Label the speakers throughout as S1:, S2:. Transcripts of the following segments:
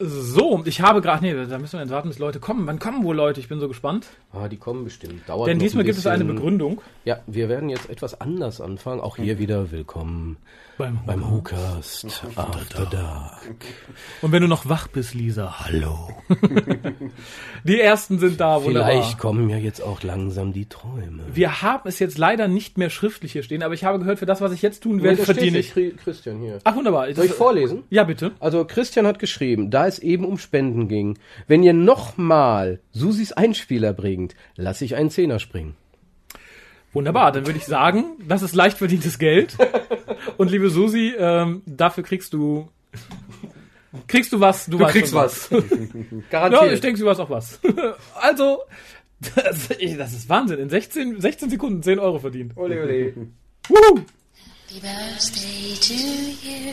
S1: So, ich habe gerade, nee, da müssen wir jetzt warten, bis Leute kommen. Wann kommen wohl Leute? Ich bin so gespannt.
S2: Ah, die kommen bestimmt. Dauert
S1: Denn
S2: noch ein
S1: diesmal gibt es eine
S2: bisschen.
S1: Begründung.
S2: Ja, wir werden jetzt etwas anders anfangen. Auch hier wieder willkommen
S1: Beim
S2: beim Ah, WhoCast After Dark.
S1: Und wenn du noch wach bist, Lisa,
S2: Hallo.
S1: die ersten sind da, wunderbar.
S2: Vielleicht kommen ja jetzt auch langsam die Träume.
S1: Wir haben es jetzt leider nicht mehr schriftlich hier stehen, aber ich habe gehört, für das, was ich jetzt tun
S2: Nee,
S1: werde,
S2: das steht
S1: verdiene
S2: hier,
S1: ich.
S2: Chri- Christian hier.
S1: Ach, wunderbar.
S2: Soll ich
S1: Das-
S2: vorlesen?
S1: Ja, bitte.
S2: Also Christian hat geschrieben, da es eben um Spenden ging, wenn ihr nochmal Susis Einspieler bringt, lasse ich einen Zehner springen.
S1: Wunderbar, dann würde ich sagen, das ist leicht verdientes Geld. Und liebe Susi, ähm, dafür kriegst du. Kriegst du was? Du, weißt schon
S2: Garantiert.
S1: Ja, ich denke, du hast auch was. Also, das, ich- das ist Wahnsinn. In 16, 16 Sekunden 10 Euro verdient.
S2: Ole, ole.
S1: Wuhu!
S3: Happy birthday to you.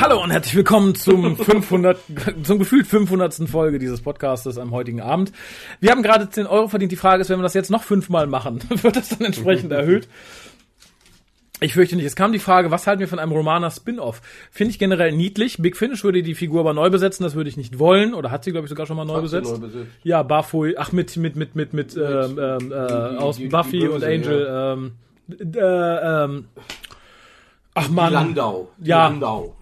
S1: Hallo und herzlich willkommen zum 500, zum gefühlt 500. Folge dieses Podcastes am heutigen Abend. Wir haben gerade 10 Euro verdient. Die Frage ist, wenn wir das jetzt noch fünfmal machen, wird das dann entsprechend erhöht? Ich fürchte nicht. Es kam die Frage, was halten wir von einem Romaner Spin-off? Finde ich generell niedlich. Big Finish würde die Figur aber neu besetzen, das würde ich nicht wollen. Oder hat sie, glaube ich, sogar schon mal neu besetzt? Ja, Barfoy, ach, mit, mit, mit, mit, mit, ähm, ähm, äh, aus
S2: die- die
S1: Buffy
S2: Böse,
S1: und Angel, ähm, d- äh, ähm, ach man,
S2: Landau.
S1: Ja.
S2: Landau.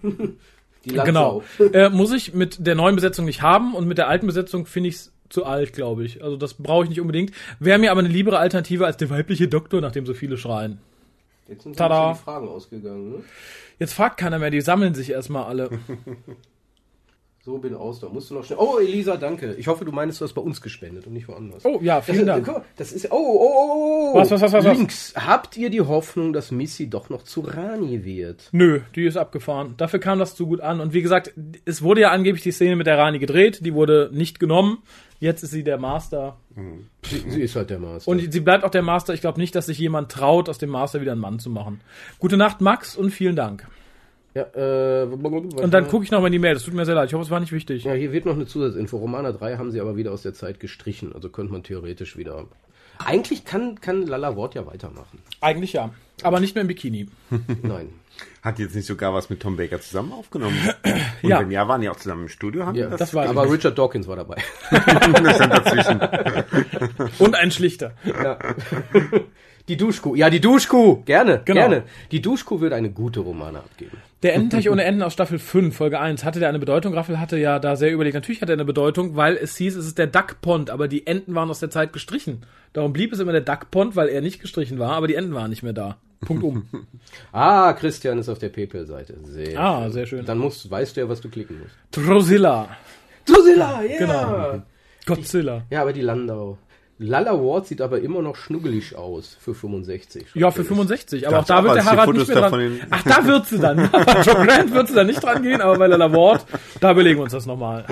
S2: Die
S1: genau, äh, muss ich mit der neuen Besetzung nicht haben und mit der alten Besetzung finde ich es zu alt, glaube ich. Also das brauche ich nicht unbedingt. Wäre mir aber eine liebere Alternative als der weibliche Doktor, nach dem so viele schreien.
S2: Jetzt sind
S1: Tada.
S2: schon die Fragen ausgegangen. Ne?
S1: Jetzt fragt keiner mehr, die sammeln sich erstmal alle.
S2: So bin aus, da musst du noch schnell. Oh, Elisa, danke. Ich hoffe, du meinst, du hast bei uns gespendet und nicht woanders.
S1: Oh, ja, vielen
S2: das,
S1: Dank.
S2: ist- guck mal, Das ist. Oh, oh, oh, oh.
S1: Was, was, was, was, was?
S2: Links. Habt ihr die Hoffnung, dass Missy doch noch zu Rani wird?
S1: Nö, die ist abgefahren. Dafür kam das zu gut an. Und wie gesagt, es wurde ja angeblich die Szene mit der Rani gedreht, die wurde nicht genommen. Jetzt ist sie der Master.
S2: Sie, sie ist halt der Master.
S1: Und sie bleibt auch der Master. Ich glaube nicht, dass sich jemand traut, aus dem Master wieder einen Mann zu machen. Gute Nacht, Max, und vielen Dank.
S2: ja, äh,
S1: Und dann gucke ich nochmal in die Mail. Das tut mir sehr leid. Ich hoffe, es war nicht wichtig.
S2: Ja, hier wird noch eine Zusatzinfo. Romana 3 haben sie aber wieder aus der Zeit gestrichen. Also könnte man theoretisch wieder. Eigentlich kann, kann Lala Wort ja weitermachen.
S1: Eigentlich ja. Aber nicht mehr im Bikini.
S2: Nein.
S4: Hat jetzt nicht sogar was mit Tom Baker zusammen aufgenommen? Und
S1: Ja.
S4: wenn ja, waren die auch zusammen im Studio? Haben
S2: Ja,
S4: die
S1: das
S4: das
S1: war- weiß ich
S2: aber
S1: nicht.
S2: Richard Dawkins war dabei.
S4: das stand dazwischen.
S1: Und ein Schlichter.
S2: Die Duschkuh. Ja, die Duschkuh. Gerne,
S1: Genau.
S2: gerne. Die Duschkuh würde eine gute Romana abgeben.
S1: Der Ententeich ohne Enden aus Staffel 5, Folge 1, hatte der eine Bedeutung? Raffel hatte ja da sehr überlegt. Natürlich hat er eine Bedeutung, weil es hieß, es ist der Duck Pond, aber die Enten waren aus der Zeit gestrichen. Darum blieb es immer der Duck Pond, weil er nicht gestrichen war, aber die Enten waren nicht mehr da. Punkt um.
S2: Ah, Christian ist auf der PayPal-Seite. Sehr.
S1: Ah, sehr schön.
S2: Dann musst, weißt du ja, was du klicken musst.
S1: Drosilla.
S2: Drusilla, ja.
S1: Genau. Godzilla.
S2: Ja, aber die Landau. Lala Ward sieht aber immer noch schnuggelig aus für 65.
S1: Ja, für 65. Aber auch
S4: Dachte
S1: da
S4: auch,
S1: wird
S4: als
S1: der
S4: ich die
S1: Harald
S4: Fotos
S1: nicht mehr
S4: davon
S1: dran.
S4: in-
S1: Ach, da wird sie dann. Bei Joe Grant wird sie dann nicht dran gehen, aber bei Lala Ward, da überlegen wir uns das nochmal.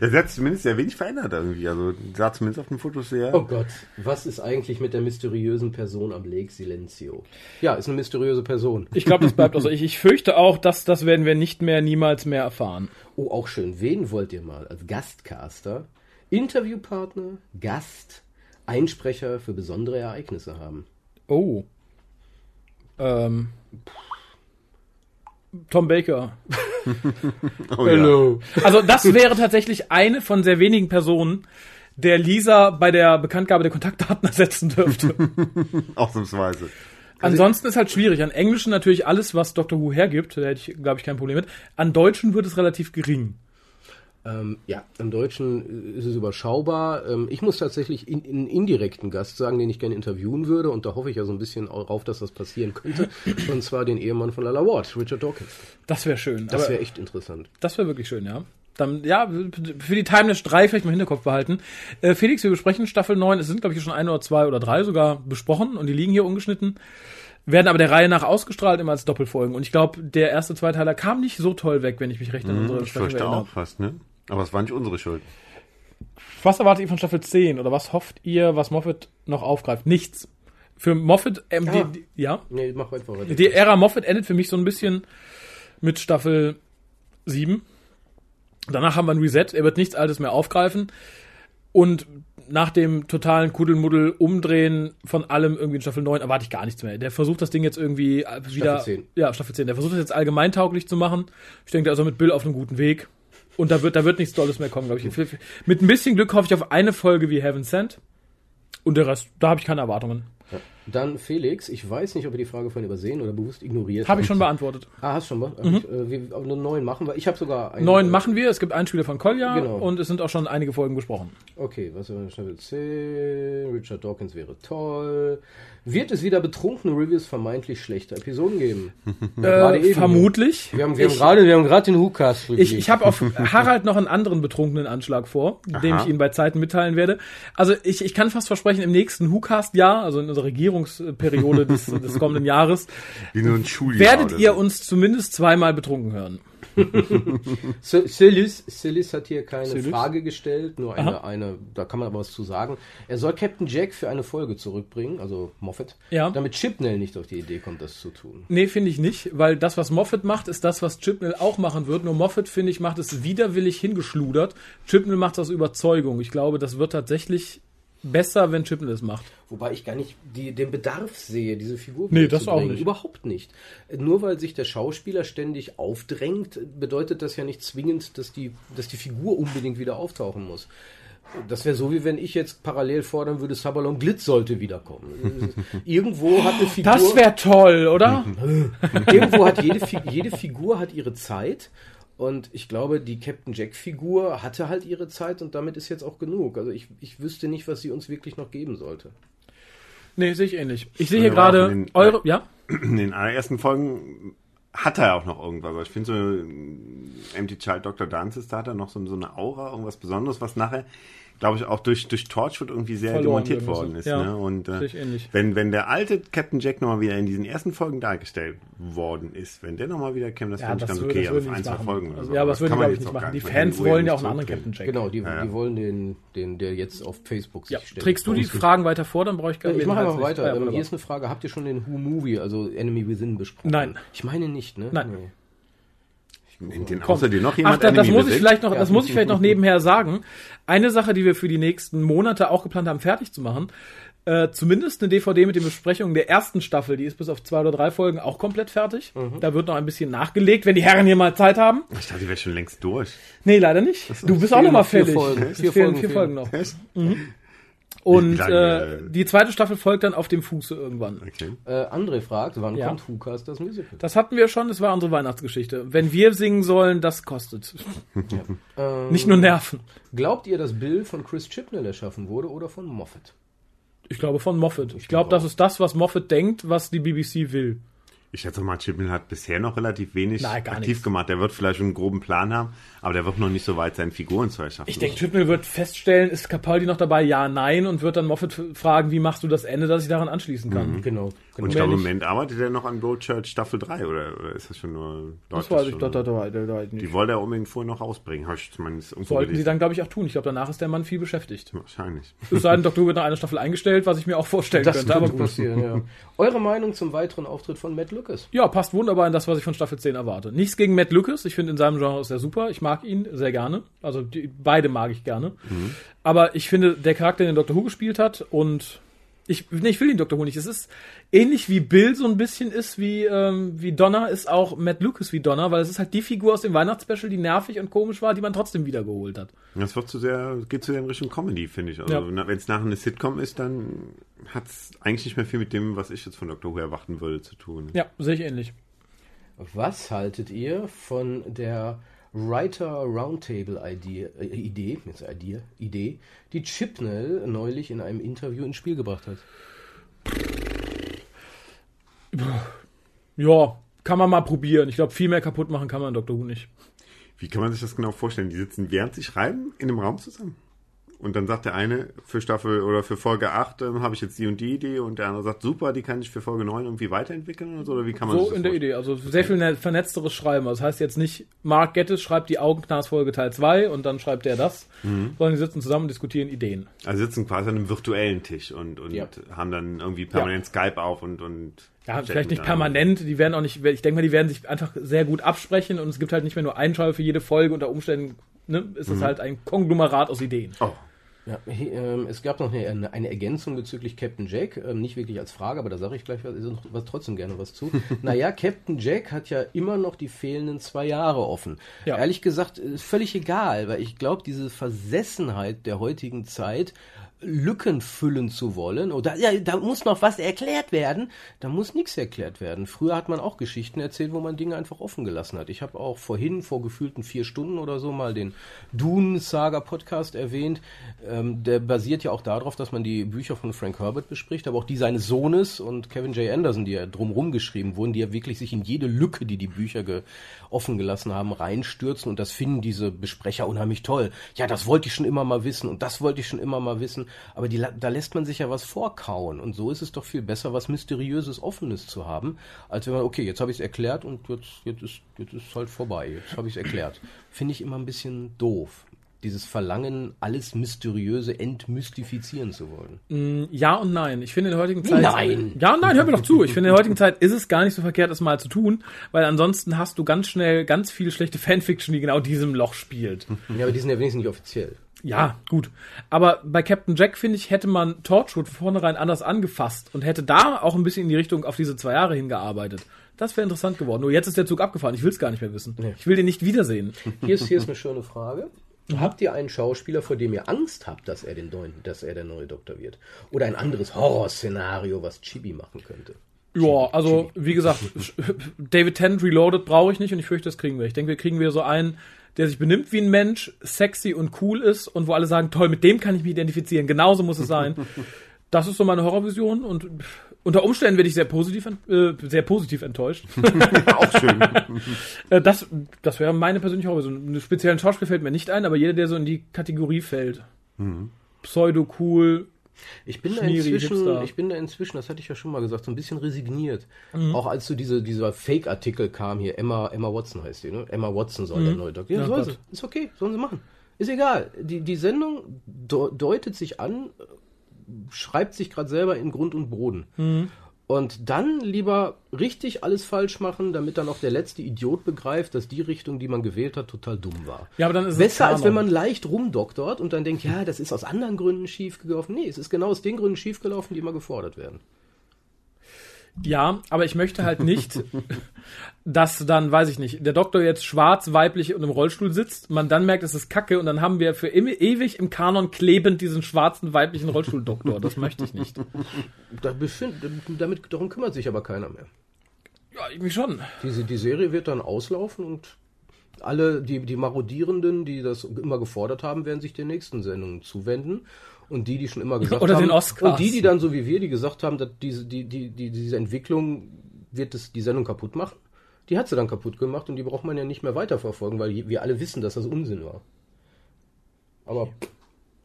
S4: Das hat sich zumindest sehr wenig verändert irgendwie. Also sah zumindest auf den Fotos sehr.
S2: Oh Gott, was ist eigentlich mit der mysteriösen Person am Lake Silencio? Ja, ist eine mysteriöse Person.
S1: Ich glaube, das bleibt also. Ich, ich fürchte auch, dass das werden wir nicht mehr, niemals mehr erfahren.
S2: Oh, auch schön. Wen wollt ihr mal als Gastcaster, Interviewpartner, Gast, Einsprecher für besondere Ereignisse haben?
S1: Oh. Ähm. Tom Baker.
S4: Oh, ja.
S1: Also das wäre tatsächlich eine von sehr wenigen Personen, der Lisa bei der Bekanntgabe der Kontaktdaten ersetzen dürfte.
S4: Ausnahmsweise.
S1: Ansonsten ist halt schwierig. An Englischen natürlich alles, was Doctor Who hergibt, da hätte ich, glaube ich, kein Problem mit. An Deutschen wird es relativ gering.
S2: Ähm, ja, im Deutschen ist es überschaubar. Ähm, ich muss tatsächlich in, einen indirekten Gast sagen, den ich gerne interviewen würde, und da hoffe ich ja so ein bisschen au- rauf, dass das passieren könnte. Und zwar den Ehemann von Lala Ward, Richard Dawkins.
S1: Das wäre schön.
S2: Das
S1: aber-
S2: wäre echt interessant.
S1: Das wäre wirklich schön, ja. Dann, ja, für die Timeless 3 vielleicht mal im Hinterkopf behalten. Äh, Felix, wir besprechen Staffel 9. Es sind, glaube ich, schon ein oder zwei oder drei sogar besprochen und die liegen hier ungeschnitten. Werden aber der Reihe nach ausgestrahlt, immer als Doppelfolgen. Und ich glaube, der erste Zweiteiler kam nicht so toll weg, wenn ich mich recht an unsere
S4: Mhm, Ich
S1: Besprechung
S4: fürchte
S1: erinnere.
S4: Hm, auch fast, ne? Aber es war nicht unsere Schuld.
S1: Was erwartet ihr von Staffel 10 oder was hofft ihr, was Moffat noch aufgreift? Nichts. Für Moffat, ähm,
S2: Ah.
S1: die, die, ja.
S2: Nee, mach einfach weiter.
S1: Die Ära Moffat endet für mich so ein bisschen mit Staffel 7. Danach haben wir ein Reset. Er wird nichts Altes mehr aufgreifen. Und nach dem totalen Kuddelmuddel umdrehen von allem irgendwie in Staffel 9 erwarte ich gar nichts mehr. Der versucht das Ding jetzt irgendwie äh, wieder.
S2: 10.
S1: Ja, Staffel 10. Der versucht das jetzt allgemeintauglich zu machen. Ich denke, da ist er mit Bill auf einem guten Weg. Und da wird, da wird nichts Tolles mehr kommen, glaube ich. Mit ein bisschen Glück hoffe ich auf eine Folge wie Heaven Sent. Und der Rest, da habe ich keine Erwartungen.
S2: Ja. Dann Felix, ich weiß nicht, ob ihr die Frage vorhin übersehen oder bewusst ignoriert
S1: Habe ich
S2: habt.
S1: schon Mhm. beantwortet.
S2: Ah, hast schon mal. Äh, wir, aber nur neun machen wir. Ich habe sogar einen. äh,
S1: Neun machen wir. Es gibt einen Spieler von Kolja
S2: Genau.
S1: und es sind auch schon einige Folgen besprochen.
S2: Okay, was wäre Staffel 10? Richard Dawkins wäre toll. Wird es wieder betrunkene Reviews vermeintlich schlechter Episoden geben? Gerade
S1: Äh,
S2: eben.
S1: vermutlich.
S2: Wir haben, wir haben
S1: Ich-
S2: gerade wir haben gerade den Hookast
S1: Ich, ich habe auf Harald noch einen anderen betrunkenen Anschlag vor, den
S4: Aha.
S1: ich Ihnen bei Zeiten mitteilen werde. Also ich, ich kann fast versprechen, im nächsten WhoCast-Jahr, also in unserer Regierungsperiode des, des kommenden Jahres,
S4: Wie nur ein Schuljahr.
S1: werdet
S4: oder
S1: ihr
S4: so.
S1: uns zumindest zweimal betrunken hören.
S2: Silis, Silis hat hier keine
S1: Silis?
S2: Frage gestellt, nur eine, eine, da kann man aber was zu sagen. Er soll Captain Jack für eine Folge zurückbringen, also Moffat,
S1: Ja.
S2: damit Chipnell nicht auf die Idee kommt, das zu tun.
S1: Nee, finde ich nicht, weil das, was Moffat macht, ist das, was Chipnell auch machen wird. Nur Moffat, finde ich, macht es widerwillig hingeschludert. Chipnell macht das aus Überzeugung. Ich glaube, das wird tatsächlich besser, wenn Chipnell es macht.
S2: Wobei ich gar nicht die, den Bedarf sehe, diese Figur
S1: Nee, das
S2: wiederzubringen.
S1: auch nicht.
S2: Überhaupt nicht. Nur weil sich der Schauspieler ständig aufdrängt, bedeutet das ja nicht zwingend, dass die, dass die Figur unbedingt wieder auftauchen muss. Das wäre so, wie wenn ich jetzt parallel fordern würde, Sabalon Glitz sollte wiederkommen. Irgendwo hat eine Figur...
S1: Das wäre toll, oder?
S4: Mhm.
S2: Irgendwo hat jede, Fi- jede Figur hat ihre Zeit. Und ich glaube, die Captain Jack-Figur hatte halt ihre Zeit und damit ist jetzt auch genug. Also ich, ich wüsste nicht, was sie uns wirklich noch geben sollte.
S1: Nee, sehe ich ähnlich. Ich sehe
S4: Ja,
S1: hier
S4: wir
S1: gerade
S4: brauchen den-
S1: eure. Ja?
S4: In den allerersten Folgen hat er auch noch irgendwas. Also Ich finde so, äh, Empty Child Dr. Dances, da hat er noch so, so eine Aura, irgendwas Besonderes, was nachher, glaube ich, auch durch, durch Torchwood irgendwie sehr
S1: Verloren
S4: demontiert
S1: werden
S4: worden
S1: muss.
S4: ist.
S1: Ja,
S4: Ne? Und
S1: sehe
S4: äh,
S1: ich ähnlich.
S4: wenn, wenn der alte Captain Jack nochmal wieder in diesen ersten Folgen dargestellt worden ist, wenn der nochmal wieder käme, das fände ich ganz
S1: wür-
S4: okay, aber
S1: würden die
S4: für ein,
S1: nicht
S4: zwei
S1: machen.
S4: Folgen oder
S1: Also,
S4: so.
S1: Ja, aber
S4: das
S1: das würden
S4: kann
S1: die,
S4: man
S1: glaube ich,
S4: jetzt
S1: nicht
S4: auch
S1: machen.
S4: gar
S1: Die
S4: nicht, weil
S1: Fans
S4: die Uhr
S1: wollen ja
S4: nicht
S1: auch einen anderen Captain
S4: zurückdrehen.
S1: Jack.
S2: Genau, die,
S4: Ja, ja.
S2: die wollen den, den, der jetzt auf Facebook sich
S1: Ja.
S2: ständig
S1: Trägst du die
S2: postet.
S1: Fragen weiter vor, dann brauche ich gar
S2: Ich
S1: jedenfalls
S2: mache einfach
S1: nicht.
S2: weiter.
S1: Ja,
S2: Ähm,
S1: wunderbar.
S2: Hier ist eine Frage. Habt ihr schon den Who-Movie, also Enemy Within, besprochen?
S1: Nein.
S2: Ich meine nicht, ne?
S1: Nein.
S2: Nee.
S4: Nennt den
S1: Komm.
S4: außer dir noch
S1: Ach,
S4: jemand
S1: da, das
S4: Enemy
S1: muss ich
S4: Music?
S1: vielleicht noch, das
S2: Ja.
S1: muss ich vielleicht noch nebenher sagen. Eine Sache, die wir für die nächsten Monate auch geplant haben, fertig zu machen. Äh, zumindest eine DVD mit den Besprechungen der ersten Staffel, die ist bis auf zwei oder drei Folgen auch komplett fertig.
S2: Mhm.
S1: Da wird noch ein bisschen nachgelegt, wenn die Herren hier mal Zeit haben.
S4: Ich dachte, die wäre schon längst durch.
S1: Nee, leider nicht. Du bist auch
S2: fehlen
S1: noch mal
S2: noch vier
S1: fällig.
S2: Folgen.
S1: Es
S2: Vier
S1: fehlen
S2: Folgen
S1: vier
S2: fehlen.
S1: Folgen noch. Mhm.
S4: Echt? Wie
S1: Und
S4: lange?
S1: äh, die zweite Staffel folgt dann auf dem Fuße irgendwann.
S4: Okay.
S2: Äh, André fragt, wann
S1: Ja.
S2: kommt Hukas das Musical?
S1: Das hatten wir schon, das war unsere Weihnachtsgeschichte. Wenn wir singen sollen, das kostet.
S2: Ähm,
S1: Nicht nur Nerven.
S2: Glaubt ihr, dass Bill von Chris Chibnall erschaffen wurde oder von Moffat?
S1: Ich glaube von Moffat. Ich glaube, das ist das, was Moffat denkt, was die BBC will.
S4: Ich schätze mal, Chipmill hat bisher noch relativ wenig
S1: Nein, gar
S4: aktiv
S1: nichts.
S4: gemacht. Der wird vielleicht schon einen groben Plan haben, aber der wird noch nicht so weit sein, Figuren zu erschaffen.
S1: Ich denke, Chipnell wird feststellen, ist Capaldi noch dabei? Ja, nein. Und wird dann Moffat f- fragen, wie machst du das Ende, dass ich daran anschließen kann.
S2: Genau. genau.
S4: Und ich glaube, im
S1: nicht.
S4: Moment arbeitet er noch an Broadchurch Staffel 3 oder, oder ist das schon nur
S1: Das
S4: läuft
S1: weiß ich
S4: schon?
S1: doch, doch, doch, doch, doch nicht.
S4: Die wollte er unbedingt vorher noch ausbringen. Habe ich zumindest irgendwo
S1: Sollten sie
S4: gelesen.
S1: dann, glaube ich, auch tun. Ich glaube, danach ist der Mann viel beschäftigt.
S4: Wahrscheinlich.
S1: Es sei denn, Dr. Who wird nach einer Staffel eingestellt, was ich mir auch vorstellen
S2: Das
S1: könnte. Aber
S2: könnte
S1: gut.
S2: passieren, ja. Eure Meinung zum weiteren Auftritt von Matt Lucas?
S1: Ja, passt wunderbar in das, was ich von Staffel 10 erwarte. Nichts gegen Matt Lucas. Ich finde, in seinem Genre ist er super. Ich mag ihn sehr gerne. Also die, beide mag ich gerne.
S2: Mhm.
S1: Aber ich finde, der Charakter, den Dr. Who gespielt hat und ich, nee, ich will den Dr. Who nicht. Es ist ähnlich wie Bill so ein bisschen ist, wie, ähm, wie Donna ist auch Matt Lucas wie Donna, weil es ist halt die Figur aus dem Weihnachtsspecial, die nervig und komisch war, die man trotzdem wiedergeholt hat.
S4: Das wird zu sehr, geht zu sehr in Richtung Comedy, finde ich. Also,
S1: Ja.
S4: wenn es nachher eine Sitcom ist, dann hat es eigentlich nicht mehr viel mit dem, was ich jetzt von Dr. Who erwarten würde, zu tun.
S1: Ja, sehe ich ähnlich.
S2: Was haltet ihr von der Writer Roundtable Idee, äh, Idee, jetzt Idee, Idee, die Chipnell neulich in einem Interview ins Spiel gebracht hat.
S1: Ja, kann man mal probieren. Ich glaube, viel mehr kaputt machen kann man Dr. Who nicht.
S4: Wie kann man sich das genau vorstellen? Die sitzen, während sie schreiben, in einem Raum zusammen. Und dann sagt der eine, für Staffel oder für Folge 8 ähm, habe ich jetzt die und die Idee und der andere sagt, super, die kann ich für Folge 9 irgendwie weiterentwickeln oder so, oder wie kann man
S1: So
S4: sich das
S1: in der
S4: vorstellen?
S1: Idee. Also sehr viel net- vernetzteres Schreiben. Also Das heißt jetzt nicht, Mark Gettis schreibt die Augenknasfolge Teil 2 und dann schreibt er das,
S4: Mhm.
S1: sondern die sitzen zusammen und diskutieren Ideen.
S4: Also sitzen quasi an einem virtuellen Tisch und, und
S2: Ja.
S4: haben dann irgendwie permanent Skype auf und, und
S1: Ja,
S4: chatten
S1: vielleicht nicht
S4: dann.
S1: permanent, die werden auch nicht, ich denke mal, die werden sich einfach sehr gut absprechen und es gibt halt nicht mehr nur einen Schreiber für jede Folge, unter Umständen ne, ist
S4: Mhm.
S1: es halt ein Konglomerat aus Ideen.
S4: Oh,
S2: Ja, he- ähm, es gab noch eine, eine Ergänzung bezüglich Captain Jack, ähm, nicht wirklich als Frage, aber da sage ich gleich was, ist noch was trotzdem gerne was zu. naja, Captain Jack hat ja immer noch die fehlenden zwei Jahre offen.
S1: Ja.
S2: Ehrlich gesagt, ist völlig egal, weil ich glaube, diese Versessenheit der heutigen Zeit, Lücken füllen zu wollen, oder ja, da muss noch was erklärt werden, da muss nichts erklärt werden. Früher hat man auch Geschichten erzählt, wo man Dinge einfach offen gelassen hat. Ich habe auch vorhin, vor gefühlten vier Stunden oder so, mal den Dune Saga Podcast erwähnt. Ähm, der basiert ja auch darauf, dass man die Bücher von Frank Herbert bespricht, aber auch die seines Sohnes und Kevin J. Anderson, die ja drumherum geschrieben wurden, die ja wirklich sich in jede Lücke, die die Bücher ge offen gelassen haben, reinstürzen und das finden diese Besprecher unheimlich toll. Ja, das wollte ich schon immer mal wissen und das wollte ich schon immer mal wissen, aber die, la- da lässt man sich ja was vorkauen und so ist es doch viel besser, was Mysteriöses, Offenes zu haben, als wenn man, okay, jetzt habe ich es erklärt und jetzt, jetzt, ist, jetzt ist halt vorbei, jetzt habe ich es erklärt. Finde ich immer ein bisschen doof. Dieses Verlangen, alles Mysteriöse entmystifizieren zu wollen.
S1: Ja und nein. Ich finde in der heutigen Zeit.
S2: nein?
S1: Ja und nein, hör mir doch zu. Ich finde in der heutigen Zeit ist es gar nicht so verkehrt, das mal zu tun, weil ansonsten hast du ganz schnell ganz viel schlechte Fanfiction, die genau diesem Loch spielt.
S2: Ja, aber die sind ja wenigstens nicht offiziell.
S1: Ja, gut. Aber bei Captain Jack, finde ich, hätte man Torchwood von vornherein anders angefasst und hätte da auch ein bisschen in die Richtung auf diese zwei Jahre hingearbeitet. Das wäre interessant geworden. Nur jetzt ist der Zug abgefahren. Ich will es gar nicht mehr wissen. Ich will den nicht wiedersehen.
S2: Hier ist, hier ist eine schöne Frage. Habt ihr einen Schauspieler, vor dem ihr Angst habt, dass er, den neuen, dass er der neue Doktor wird? Oder ein anderes Horrorszenario, was Chibi machen könnte?
S1: Ja, also wie gesagt, David Tennant Reloaded brauche ich nicht und ich fürchte, das kriegen wir. Ich denke, wir kriegen wieder so einen, der sich benimmt wie ein Mensch, sexy und cool ist und wo alle sagen, toll, mit dem kann ich mich identifizieren. Genauso muss es sein. Das ist so meine Horrorvision und pff, unter Umständen werde ich sehr positiv, ent- äh, sehr positiv enttäuscht.
S4: auch schön.
S1: Äh, das das wäre meine persönliche Horrorvision. Einen speziellen Schauspieler fällt mir nicht ein, aber jeder, der so in die Kategorie fällt. Pseudo-cool.
S2: Ich bin, da
S1: Schmieri,
S2: inzwischen,
S1: Hipster.
S2: ich bin da inzwischen, das hatte ich ja schon mal gesagt, so ein bisschen resigniert.
S1: Mhm.
S2: Auch als so diese, dieser Fake-Artikel kam hier, Emma, Emma Watson heißt die, ne? Emma Watson soll der neue Doktor. Ja,
S1: Ach
S2: soll
S1: Mhm. Gott.
S2: sie. Ist okay, sollen sie machen. Ist egal. Die, die Sendung do- deutet sich an, schreibt sich gerade selber in Grund und Boden.
S1: Mhm.
S2: Und dann lieber richtig alles falsch machen, damit dann auch der letzte Idiot begreift, dass die Richtung, die man gewählt hat, total dumm war.
S1: Ja, aber dann ist es
S2: Besser als
S1: Kanon.
S2: wenn man leicht rumdoktort und dann denkt, ja, das ist aus anderen Gründen schiefgelaufen. Nee, es ist genau aus den Gründen schiefgelaufen, die immer gefordert werden.
S1: Ja, aber ich möchte halt nicht, dass dann, weiß ich nicht, der Doktor jetzt schwarz, weiblich und im Rollstuhl sitzt, man dann merkt, es ist Kacke und dann haben wir für im, ewig im Kanon klebend diesen schwarzen, weiblichen Rollstuhldoktor. Das möchte ich nicht.
S2: Da befind, damit, darum kümmert sich aber keiner mehr.
S1: Ja, irgendwie schon.
S2: Diese, die Serie wird dann auslaufen und alle, die, die Marodierenden, die das immer gefordert haben, werden sich den nächsten Sendungen zuwenden. Und die, die schon immer gesagt
S1: Oder
S2: haben,
S1: den Oscars.
S2: und die, die dann so wie wir, die gesagt haben, dass diese, die, die, die, diese Entwicklung wird das, die Sendung kaputt machen, die hat sie dann kaputt gemacht und die braucht man ja nicht mehr weiterverfolgen, weil je- wir alle wissen, dass das Unsinn war. Aber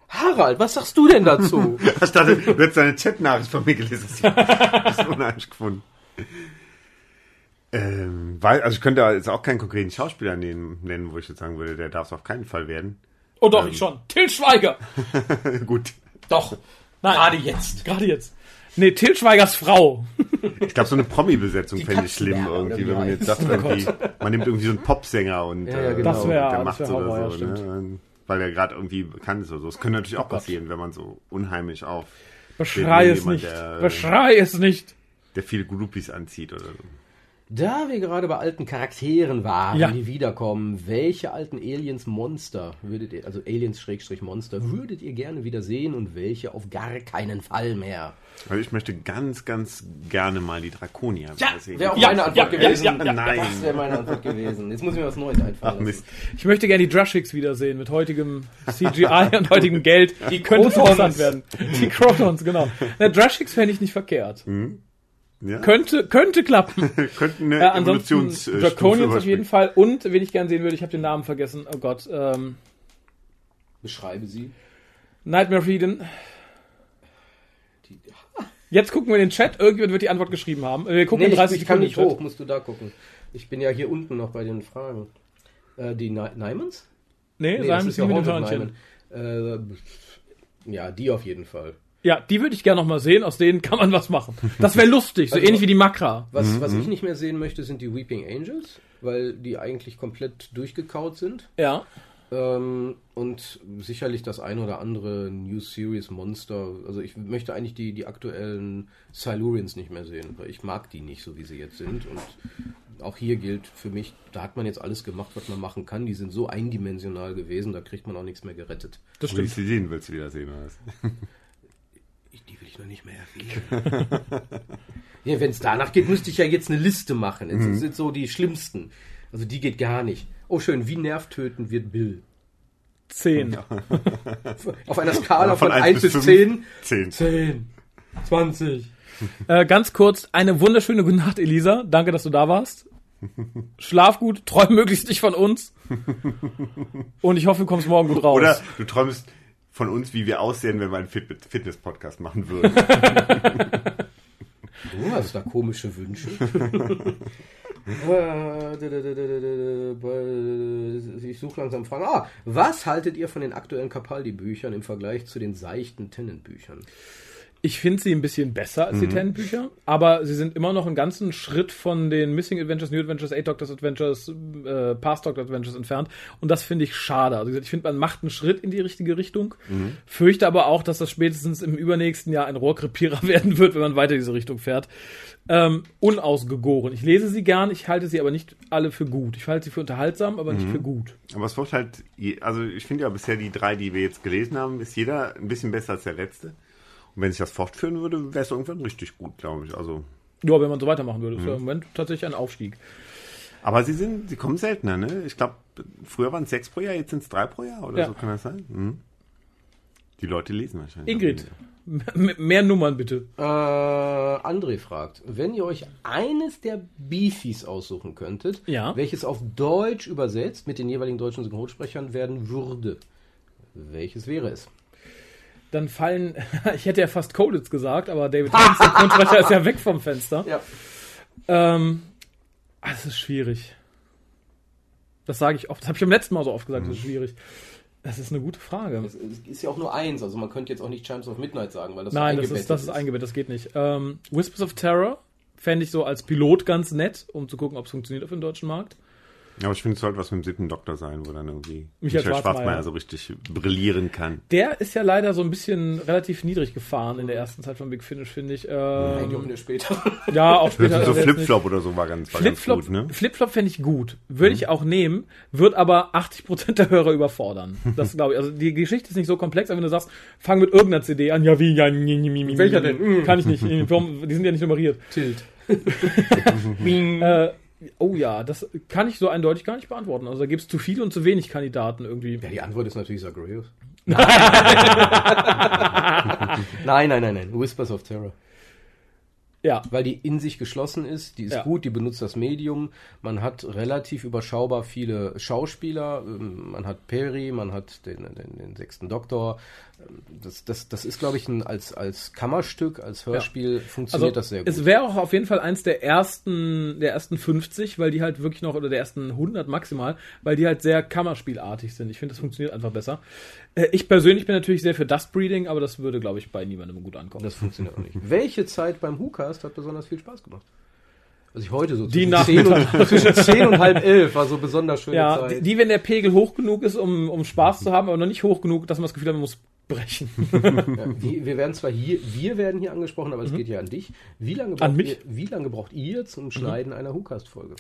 S2: Harald, was sagst du denn dazu?
S4: Ich dachte, du hättest deine Chatnachricht von mir gelesen. Das ist unheimlich gefunden. Ähm, weil, also ich könnte da jetzt auch keinen konkreten Schauspieler nennen, nennen, wo ich jetzt sagen würde, der darf es auf keinen Fall werden.
S1: Oh doch, ich schon. Till Schweiger!
S4: Gut.
S1: Doch. Nein. Gerade jetzt. Gerade jetzt. Nee, Till Schweigers Frau.
S4: Ich glaube, so eine Promi-Besetzung fände ich schlimm
S2: Katzenberger,
S4: irgendwie,
S2: oder wie
S4: wenn man
S2: heißt
S4: jetzt sagt, irgendwie, man nimmt irgendwie so einen Popsänger und
S2: Ja, ja,
S4: äh,
S2: genau. Das wär-
S4: der
S1: das
S4: macht's
S1: wär Horror, ja,
S4: oder so,
S1: stimmt.
S4: ne? Weil der gerade irgendwie bekannt ist oder so. Das könnte
S2: Oh
S4: natürlich auch passieren, wenn man so unheimlich auf
S1: Beschrei es
S4: jemand,
S1: nicht.
S4: der-
S1: Beschrei es nicht.
S4: der viele Groupies anzieht oder so.
S2: Da wir gerade bei alten Charakteren waren,
S1: Ja.
S2: die wiederkommen, welche alten Aliens-Monster würdet ihr, also Aliens-Monster, würdet ihr gerne wieder sehen und welche auf gar keinen Fall mehr?
S4: Also ich möchte ganz, ganz gerne mal die Draconia
S2: Ja,
S4: wieder sehen.
S2: wäre auch
S1: Ja,
S2: meine Antwort
S1: ja, ja,
S2: gewesen.
S1: ja, ja, ja.
S2: Das wäre
S4: Nein.
S2: meine Antwort gewesen. Jetzt muss ich mir was Neues
S4: Ach
S2: einfallen lassen.
S4: Mist.
S1: Ich möchte gerne die Drushicks wiedersehen mit heutigem CGI und heutigem Geld. Die könnte
S2: Crotons.
S1: interessant werden. Die Crotons, genau. Na, Drushicks fände ich nicht verkehrt.
S4: Mhm. Ja.
S1: Könnte, könnte klappen.
S4: Könnten eine
S1: Äh, ansonsten
S4: Evolutions... äh, Stufe
S1: Draconians auf jeden
S4: überspringen.
S1: Fall. Und, wen ich gerne sehen würde, ich habe den Namen vergessen. Oh Gott. Ähm,
S2: Beschreibe sie.
S1: Nightmare Eden.
S2: Die,
S1: Jetzt gucken wir in den Chat. Irgendjemand wird die Antwort geschrieben haben. Äh, Wir gucken
S2: nee,
S1: in
S2: ich,
S1: 30
S2: ich kann
S1: Sekunden
S2: nicht
S1: in den
S2: hoch, musst du da gucken. Ich bin ja hier unten noch bei den Fragen. Äh, die Ni- Neimans?
S1: Nee,
S2: Nee,
S1: Simon ist nicht mit dem
S2: Haunted
S1: Hörnchen.
S2: Nyman. Äh, ja, die auf jeden Fall.
S1: Ja, die würde ich gerne nochmal sehen. Aus denen kann man was machen. Das wäre lustig. So
S2: Also-
S1: ähnlich wie die Makra.
S2: Was, was ich nicht mehr sehen möchte, sind die Weeping Angels, weil die eigentlich komplett durchgekaut sind.
S1: Ja.
S2: Ähm, und sicherlich das ein oder andere New Series Monster. Also ich möchte eigentlich die, die aktuellen Silurians nicht mehr sehen, weil ich mag die nicht, so wie sie jetzt sind. Und auch hier gilt für mich, da hat man jetzt alles gemacht, was man machen kann. Die sind so eindimensional gewesen, da kriegt man auch nichts mehr gerettet.
S1: Das
S4: Wenn
S1: stimmt.
S4: ich sie sehen willst du wieder sehen. Oder? was?
S2: Ich, die will ich noch nicht mehr erwähnen. ja, Wenn es danach geht, müsste ich ja jetzt eine Liste machen. Jetzt sind so die schlimmsten. Also die geht gar nicht. Oh schön, wie nervtöten wird Bill?
S1: 10.
S2: Auf einer Skala von,
S4: Von
S2: 1
S4: 1
S2: bis
S4: bis
S2: 10.
S4: Zehn.
S2: 10, 20.
S1: Äh, ganz kurz, eine wunderschöne gute Nacht, Elisa. Danke, dass du da warst. Schlaf gut, träum möglichst nicht von uns. Und ich hoffe, du kommst morgen gut raus.
S4: Oder du träumst von uns, wie wir aussehen, wenn wir einen Fit- Fitness-Podcast machen würden.
S2: Du hast Also, da komische Wünsche. Äh, ich suche langsam Fragen. Ah, was haltet ihr von den aktuellen Capaldi-Büchern im Vergleich zu den seichten Tennant-Büchern?
S1: Ich finde sie ein bisschen besser als die Ten-Bücher, aber sie sind immer noch einen ganzen Schritt von den Missing Adventures, New Adventures, Eight Doctors Adventures, äh, Past Doctor Adventures entfernt. Und das finde ich schade. Also wie gesagt, ich finde, man macht einen Schritt in die richtige Richtung. Fürchte aber auch, dass das spätestens im übernächsten Jahr ein Rohrkrepierer werden wird, wenn man weiter diese Richtung fährt. Ähm, unausgegoren. Ich lese sie gern, ich halte sie aber nicht alle für gut. Ich halte sie für unterhaltsam, aber nicht für gut.
S4: Aber es wird halt, je- also ich finde ja bisher die drei, die wir jetzt gelesen haben, ist jeder ein bisschen besser als der letzte. Und wenn ich das fortführen würde, wäre es irgendwann richtig gut, glaube ich. Also,
S1: Ja, wenn man so weitermachen würde, ist ja im Moment tatsächlich ein Aufstieg.
S4: aber sie sind, sie kommen seltener, ne? Ich glaube, früher waren es sechs pro Jahr, jetzt sind es drei pro Jahr oder
S1: Ja.
S4: so kann das sein. Mhm. Die Leute lesen wahrscheinlich.
S1: Ingrid, m- mehr Nummern bitte.
S2: Äh, André fragt, wenn ihr euch eines der Beefies aussuchen könntet,
S1: Ja.
S2: welches auf Deutsch übersetzt mit den jeweiligen deutschen Synchronsprechern werden würde, welches wäre es?
S1: dann fallen, ich hätte ja fast Coditz gesagt, aber David Hines, der Grundsprecher, ist ja weg vom Fenster.
S2: Ja.
S1: Ähm, ah, das ist schwierig. Das sage ich oft. Das habe ich am letzten Mal so oft gesagt, das ist schwierig. Mhm. Das ist eine gute Frage.
S2: Es ist ja auch nur eins, also man könnte jetzt auch nicht Chimes of Midnight sagen, weil das
S1: Nein, das ist, das ist eingebettet, das geht nicht. Ähm, Whispers of Terror fände ich so als Pilot ganz nett, um zu gucken, ob es funktioniert auf dem deutschen Markt.
S4: Aber ich finde, es sollte was mit dem siebten Doktor sein, wo dann irgendwie
S1: Michael
S4: Michael,
S1: Schwarzmeier.
S4: Schwarzmeier. so richtig brillieren kann.
S1: Der ist ja leider so ein bisschen relativ niedrig gefahren in der ersten Zeit von Big Finish, finde ich.
S2: Ein
S1: Ähm,
S2: Jahr später.
S1: ja, auch später. also
S4: So
S1: jetzt nicht-
S4: Flipflop oder so war ganz, war ganz
S1: Flipflop
S4: gut, ne? Mhm.
S1: Flipflop fände ich gut. Würde ich auch nehmen, wird aber 80% der Hörer überfordern. Das glaube ich. Also die Geschichte ist nicht so komplex, aber wenn du sagst, fang mit irgendeiner CD an, ja wie, ja, mi, mi, mi, mi,
S2: Welcher
S1: mi,
S2: denn? Mhm.
S1: Kann ich nicht. Die sind ja nicht nummeriert.
S2: Tilt.
S1: Äh, oh ja, das kann ich so eindeutig gar nicht beantworten. Also da gibt es zu viele und zu wenig Kandidaten irgendwie.
S2: Ja, die Antwort ist natürlich Zagreus. nein, nein, nein, nein. Whispers of Terror.
S1: Ja.
S2: Weil die in sich geschlossen ist, die ist
S1: Ja.
S2: gut, die benutzt das Medium. Man hat relativ überschaubar viele Schauspieler. ähm, Man hat Perry, man hat den, den, den sechsten Doktor. Ähm, Das, das, das ist, glaube ich, ein, als, als Kammerstück, als Hörspiel
S1: Also
S2: funktioniert das sehr gut.
S1: es wäre auch auf jeden Fall eins der ersten, der ersten 50, weil die halt wirklich noch, oder der ersten 100 maximal, weil die halt sehr kammerspielartig sind. Ich finde, das funktioniert einfach besser. Äh, Ich persönlich bin natürlich sehr für Dustbreeding, aber das würde, glaube ich, bei niemandem gut ankommen.
S2: Das funktioniert auch nicht. Welche Zeit beim WhoCast hat besonders viel Spaß gemacht? Also ich heute so
S1: Die
S2: zwischen, 10 und, zwischen 10 und halb 11 war so besonders schöne
S1: ja,
S2: Zeit.
S1: die, die, wenn der Pegel hoch genug ist, um, um Spaß zu haben, aber noch nicht hoch genug, dass man das Gefühl hat, man muss brechen.
S2: Ja, wir, wir werden zwar hier, wir werden hier angesprochen, aber es geht ja an dich. Wie lange braucht,
S1: An mich?
S2: Ihr, wie lange braucht ihr zum Schneiden einer Hookast-Folge?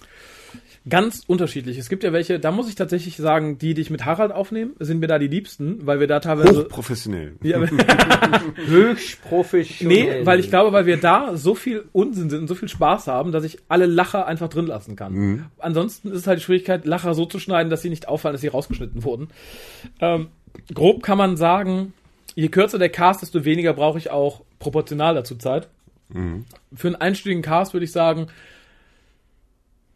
S1: Ganz unterschiedlich. Es gibt ja welche, da muss ich tatsächlich sagen, die, die ich mit Harald aufnehme, sind mir da die liebsten, weil wir da teilweise.
S4: Hochprofessionell.
S1: Ja,
S2: Höchst professionell.
S1: Nee, weil ich glaube, weil wir da so viel Unsinn sind und so viel Spaß haben, dass ich alle Lacher einfach drin lassen kann. Ansonsten ist es halt die Schwierigkeit, Lacher so zu schneiden, dass sie nicht auffallen, dass sie rausgeschnitten wurden. Ähm, grob kann man sagen, je kürzer der Cast, desto weniger brauche ich auch proportional dazu Zeit. Für einen einstündigen Cast würde ich sagen,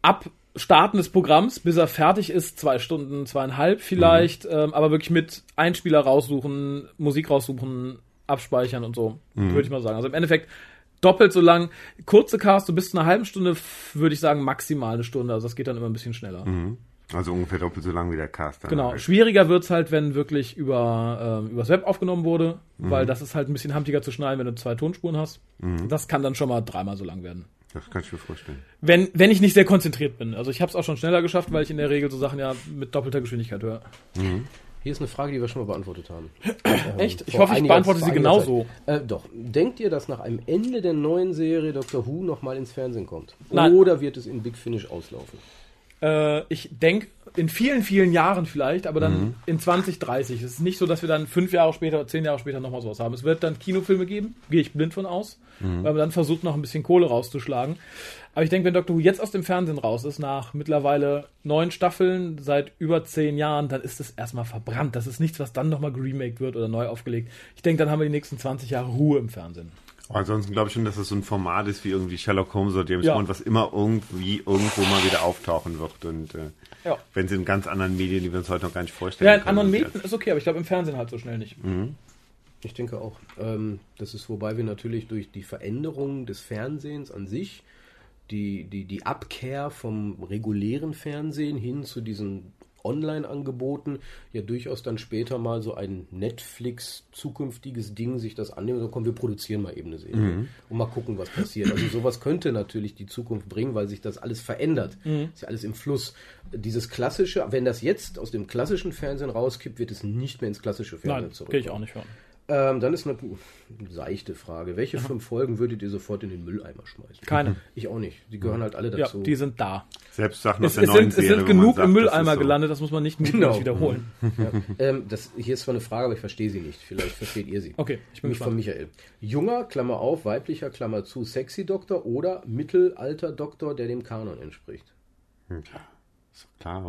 S1: ab Starten des Programms, bis er fertig ist, zwei Stunden, zweieinhalb vielleicht, ähm, aber wirklich mit Einspieler raussuchen, Musik raussuchen, abspeichern und so, würde ich mal sagen. Also im Endeffekt doppelt so lang. Kurze Cast, so bis zu einer halben Stunde, f- würde ich sagen, maximal eine Stunde. Also das geht dann immer ein bisschen schneller.
S4: Also ungefähr doppelt so lang wie der Cast. dann
S1: Genau.
S4: halt.
S1: Schwieriger wird's halt, wenn wirklich über ähm, übers Web aufgenommen wurde, weil das ist halt ein bisschen hamtiger zu schneiden, wenn du zwei Tonspuren hast. Das kann dann schon mal dreimal so lang werden.
S4: Das kann ich mir vorstellen.
S1: Wenn, wenn ich nicht sehr konzentriert bin. Also ich habe es auch schon schneller geschafft, weil ich in der Regel so Sachen ja mit doppelter Geschwindigkeit höre.
S2: Hier ist eine Frage, die wir schon mal beantwortet haben.
S1: Echt? Ich
S2: Äh, Vor
S1: hoffe, ich
S2: einiger-
S1: beantworte
S2: vor
S1: sie
S2: einiger
S1: genauso.
S2: Zeit. Äh, doch. Denkt ihr, dass nach einem Ende der neuen Serie Doctor Who nochmal ins Fernsehen kommt?
S1: Nein.
S2: Oder wird es in Big Finish auslaufen?
S1: Äh, ich denke, in vielen, vielen Jahren vielleicht, aber dann in 20, 30. Es ist nicht so, dass wir dann fünf Jahre später oder zehn Jahre später nochmal sowas haben. Es wird dann Kinofilme geben, gehe ich blind von aus, weil man dann versucht, noch ein bisschen Kohle rauszuschlagen. Aber ich denke, wenn Doctor Who jetzt aus dem Fernsehen raus ist, nach mittlerweile neun Staffeln, seit über zehn Jahren, dann ist es erstmal verbrannt. Das ist nichts, was dann nochmal geremaked wird oder neu aufgelegt. Ich denke, dann haben wir die nächsten 20 Jahre Ruhe im Fernsehen.
S4: Aber ansonsten glaube ich schon, dass das so ein Format ist wie irgendwie Sherlock Holmes oder James
S1: Ja.
S4: Bond, was immer irgendwie irgendwo mal wieder auftauchen wird. Und äh,
S1: Ja.
S4: wenn sie in ganz anderen Medien, die wir uns heute noch gar nicht vorstellen
S1: Ja, in
S4: können,
S1: anderen
S4: und
S1: Medien ist okay, aber ich glaube, im Fernsehen halt so schnell nicht.
S2: Ich denke auch. Ähm, das ist, wobei wir natürlich durch die Veränderung des Fernsehens an sich, die, die, die Abkehr vom regulären Fernsehen hin zu diesen Online-Angeboten, ja durchaus dann später mal so ein Netflix-zukünftiges Ding sich das annehmen. So, komm, wir produzieren mal eben eine Serie
S1: Mhm.
S2: und mal gucken, was passiert. Also sowas könnte natürlich die Zukunft bringen, weil sich das alles verändert.
S1: Mhm.
S2: Ist ja alles im Fluss. Dieses klassische, wenn das jetzt aus dem klassischen Fernsehen rauskippt, wird es nicht mehr ins klassische Fernsehen
S1: Nein,
S2: zurück.
S1: gehe ich auch nicht von.
S2: Ähm, dann ist eine seichte Frage. Welche fünf Folgen würdet ihr sofort in den Mülleimer schmeißen?
S1: Keine. Mhm.
S2: Ich auch nicht. Die gehören halt alle
S1: Ja,
S2: dazu.
S1: die sind da.
S4: Selbst Sachen aus
S1: Es,
S4: der
S1: es,
S4: neuen
S1: sind, es
S4: Serie,
S1: sind
S4: wo man
S1: genug
S4: sagt,
S1: im
S4: das
S1: Mülleimer
S4: ist so.
S1: gelandet, das muss man nicht mutmaßlich
S2: Genau.
S1: wiederholen.
S2: ja. ähm, das, hier ist zwar eine Frage, aber ich verstehe sie nicht. Vielleicht versteht ihr sie.
S1: Okay, ich bin
S2: Mich von
S1: gespannt.
S2: Michael. Junger, Klammer auf, weiblicher, Klammer zu, sexy Doktor oder mittelalter Doktor, der dem Kanon entspricht.
S4: Ist doch Klar.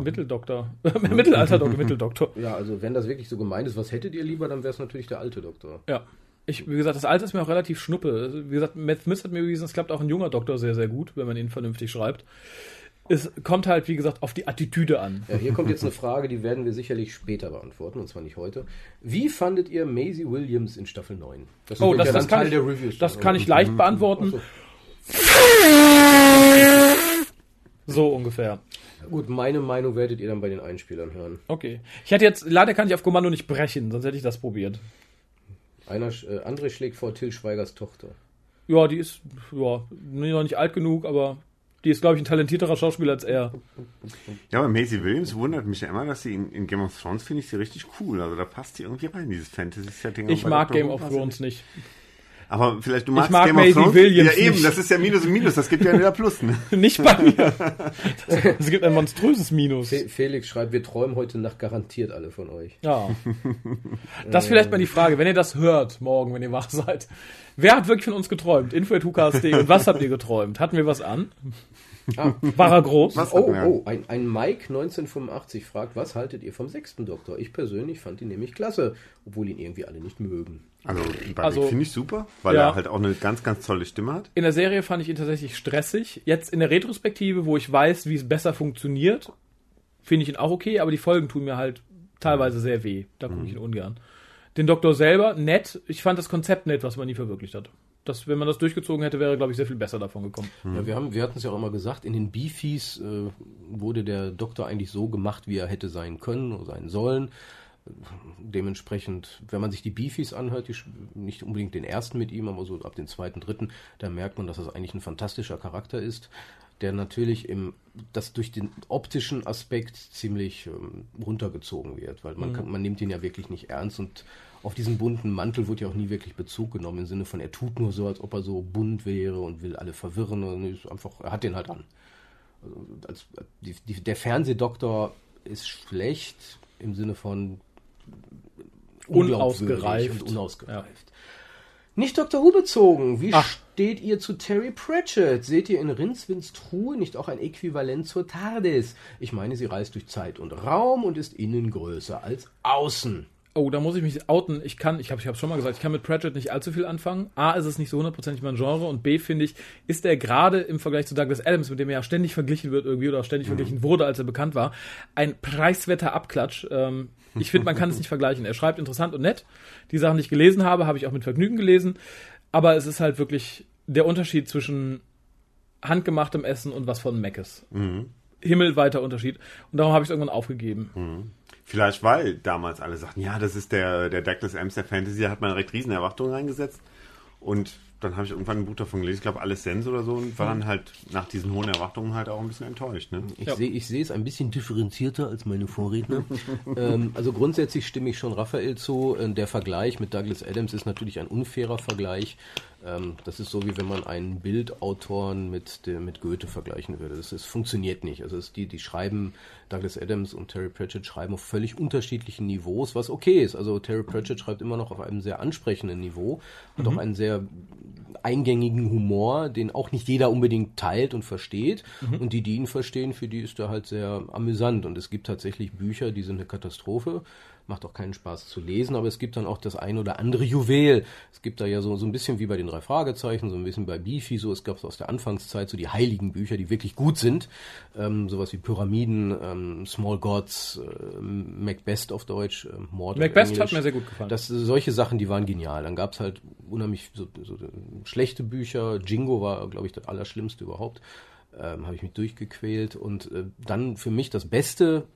S1: Mitteldoktor. Mittelalterdoktor, Mitteldoktor.
S2: Ja, also wenn das wirklich so gemeint ist, was hättet ihr lieber, dann wäre es natürlich der alte Doktor.
S1: Ja. Ich, wie gesagt, das Alter ist mir auch relativ schnuppe. Also, Wie gesagt, Matt Smith hat mir bewiesen, es klappt auch ein junger Doktor sehr, sehr gut, wenn man ihn vernünftig schreibt. Es kommt halt, wie gesagt, auf die Attitüde an.
S2: Ja, hier kommt jetzt eine Frage, die werden wir sicherlich später beantworten, und zwar nicht heute. Wie fandet ihr Maisie Williams in Staffel 9? Das
S1: Oh,
S2: wird
S1: das,
S2: ja dann
S1: das, kann,
S2: Teil
S1: ich,
S2: der Reviews.
S1: das kann ich
S2: Mhm.
S1: leicht beantworten. So ungefähr.
S2: Gut, meine Meinung werdet ihr dann bei den Einspielern hören.
S1: Okay. Ich hätte jetzt, leider kann ich auf Kommando nicht brechen, sonst hätte ich das probiert.
S2: Einer, sch- äh, André schlägt vor Till Schweigers Tochter.
S1: Ja, die ist, ja, nee, noch nicht alt genug, aber die ist, glaube ich, ein talentierterer Schauspieler als er.
S4: Ja, aber Maisie Williams wundert mich ja immer, dass sie in, in Game of Thrones finde ich sie richtig cool. Also da passt sie irgendwie rein, dieses Fantasy-Setting.
S1: Ich
S4: Aber
S1: mag
S4: bei Doctor
S1: Game
S4: Who
S1: of
S4: passt sie
S1: Thrones nicht.
S4: nicht. Aber vielleicht du magst
S1: mag
S4: Game
S1: Maisie
S4: of Thrones.
S1: Williams
S4: ja, eben,
S1: nicht.
S4: das ist ja Minus und Minus, das gibt ja wieder Plus, ne?
S1: Nicht bei mir. Das- Es gibt ein monströses Minus.
S2: Fe Felix schreibt, wir träumen heute Nacht garantiert alle von euch.
S1: Ja. Das ist vielleicht mal die Frage, wenn ihr das hört, morgen, wenn ihr wach seid. Wer hat wirklich von uns geträumt? Info at hukas.de. Und was habt ihr geträumt? Hatten wir was an?
S4: Ah.
S1: War er groß?
S4: Was?
S2: Oh,
S4: Ja.
S2: oh, ein, ein Mike 1985 fragt, was haltet ihr vom sechsten Doktor? Ich persönlich fand ihn nämlich klasse, obwohl ihn irgendwie alle nicht mögen.
S4: Also,
S1: Also-
S4: also finde ich super, weil
S1: Ja.
S4: er halt auch eine ganz, ganz tolle Stimme hat.
S1: In der Serie fand ich ihn tatsächlich stressig. Jetzt in der Retrospektive, wo ich weiß, wie es besser funktioniert, finde ich ihn auch okay, aber die Folgen tun mir halt teilweise sehr weh. Da gucke ich ihn ungern. Den Doktor selber, nett. Ich fand das Konzept nett, was man nie verwirklicht hat. Das, wenn man das durchgezogen hätte, wäre, glaube ich, sehr viel besser davon gekommen.
S2: Ja, wir haben, wir hatten es ja auch immer gesagt, in den Beefies äh, wurde der Doktor eigentlich so gemacht, wie er hätte sein können oder sein sollen. Dementsprechend, wenn man sich die Beefies anhört, die, sch- nicht unbedingt den ersten mit ihm, aber so ab dem zweiten, dritten, da merkt man, dass das eigentlich ein fantastischer Charakter ist, der natürlich im, das durch den optischen Aspekt ziemlich ähm, runtergezogen wird, weil man, kann, man nimmt ihn ja wirklich nicht ernst und auf diesen bunten Mantel wurde ja auch nie wirklich Bezug genommen, im Sinne von, er tut nur so, als ob er so bunt wäre und will alle verwirren. Und ist einfach, er hat den halt an. Also, als, die, die, der Fernsehdoktor ist schlecht im Sinne von unglaubwürdig
S1: Unausgereift.
S2: Und unausgereift. Nicht Dr. Who bezogen. Wie
S1: Ach.
S2: steht ihr zu Terry Pratchett? Seht ihr in Rinswins Truhe nicht auch ein Äquivalent zur TARDIS? Ich meine, sie reist durch Zeit und Raum und ist innen größer als außen.
S1: Oh, da muss ich mich outen. Ich kann, ich habe ich hab's schon mal gesagt, ich kann mit Pratchett nicht allzu viel anfangen. A, ist es nicht so hundertprozentig mein Genre und B, finde ich, ist er gerade im Vergleich zu Douglas Adams, mit dem er ja ständig verglichen wird irgendwie oder auch ständig verglichen wurde, als er bekannt war, ein preiswetter Abklatsch. Ähm, ich finde, man kann es nicht vergleichen. Er schreibt interessant und nett. Die Sachen, die ich gelesen habe, habe ich auch mit Vergnügen gelesen. Aber es ist halt wirklich der Unterschied zwischen handgemachtem Essen und was von Mac ist. Himmelweiter Unterschied. Und darum habe ich es irgendwann aufgegeben.
S4: Vielleicht, weil damals alle sagten, ja, das ist der, der Douglas Adams der Fantasy, da hat man direkt riesen Erwartungen reingesetzt. Und dann habe ich irgendwann ein Buch davon gelesen, ich glaube, alles Sense oder so, und war
S1: Mhm.
S4: dann halt nach diesen hohen Erwartungen halt auch ein bisschen enttäuscht. Ne?
S2: Ich
S1: Ja.
S2: sehe ich sehe es ein bisschen differenzierter als meine Vorredner. ähm, also grundsätzlich stimme ich schon Raphael zu. Äh, Der Vergleich mit Douglas Adams ist natürlich ein unfairer Vergleich. Ähm, das ist so, wie wenn man einen Bildautoren mit, dem- mit Goethe vergleichen würde. Das ist, funktioniert nicht. Also es, die, die schreiben, Douglas Adams und Terry Pratchett schreiben auf völlig unterschiedlichen Niveaus, was okay ist. Also Terry Pratchett schreibt immer noch auf einem sehr ansprechenden Niveau, hat auch einen sehr eingängigen Humor, den auch nicht jeder unbedingt teilt und versteht.
S1: Mhm.
S2: Und die, die ihn verstehen, für die ist er halt sehr amüsant. Und es gibt tatsächlich Bücher, die sind eine Katastrophe. Macht auch keinen Spaß zu lesen, aber es gibt dann auch das ein oder andere Juwel. Es gibt da ja so, so ein bisschen wie bei den drei Fragezeichen, so ein bisschen bei Beefy, so es gab es aus der Anfangszeit so die heiligen Bücher, die wirklich gut sind. Ähm, sowas wie Pyramiden, ähm, Small Gods, äh, Macbeth auf Deutsch, äh, Mord auf
S1: Macbeth hat
S2: Englisch.
S1: mir sehr gut gefallen.
S2: Das, solche Sachen, die waren genial. Dann gab es halt unheimlich so, so schlechte Bücher. Jingo war, glaube ich, das Allerschlimmste überhaupt. Ähm, Habe ich mich durchgequält. Und äh, dann für mich das Beste,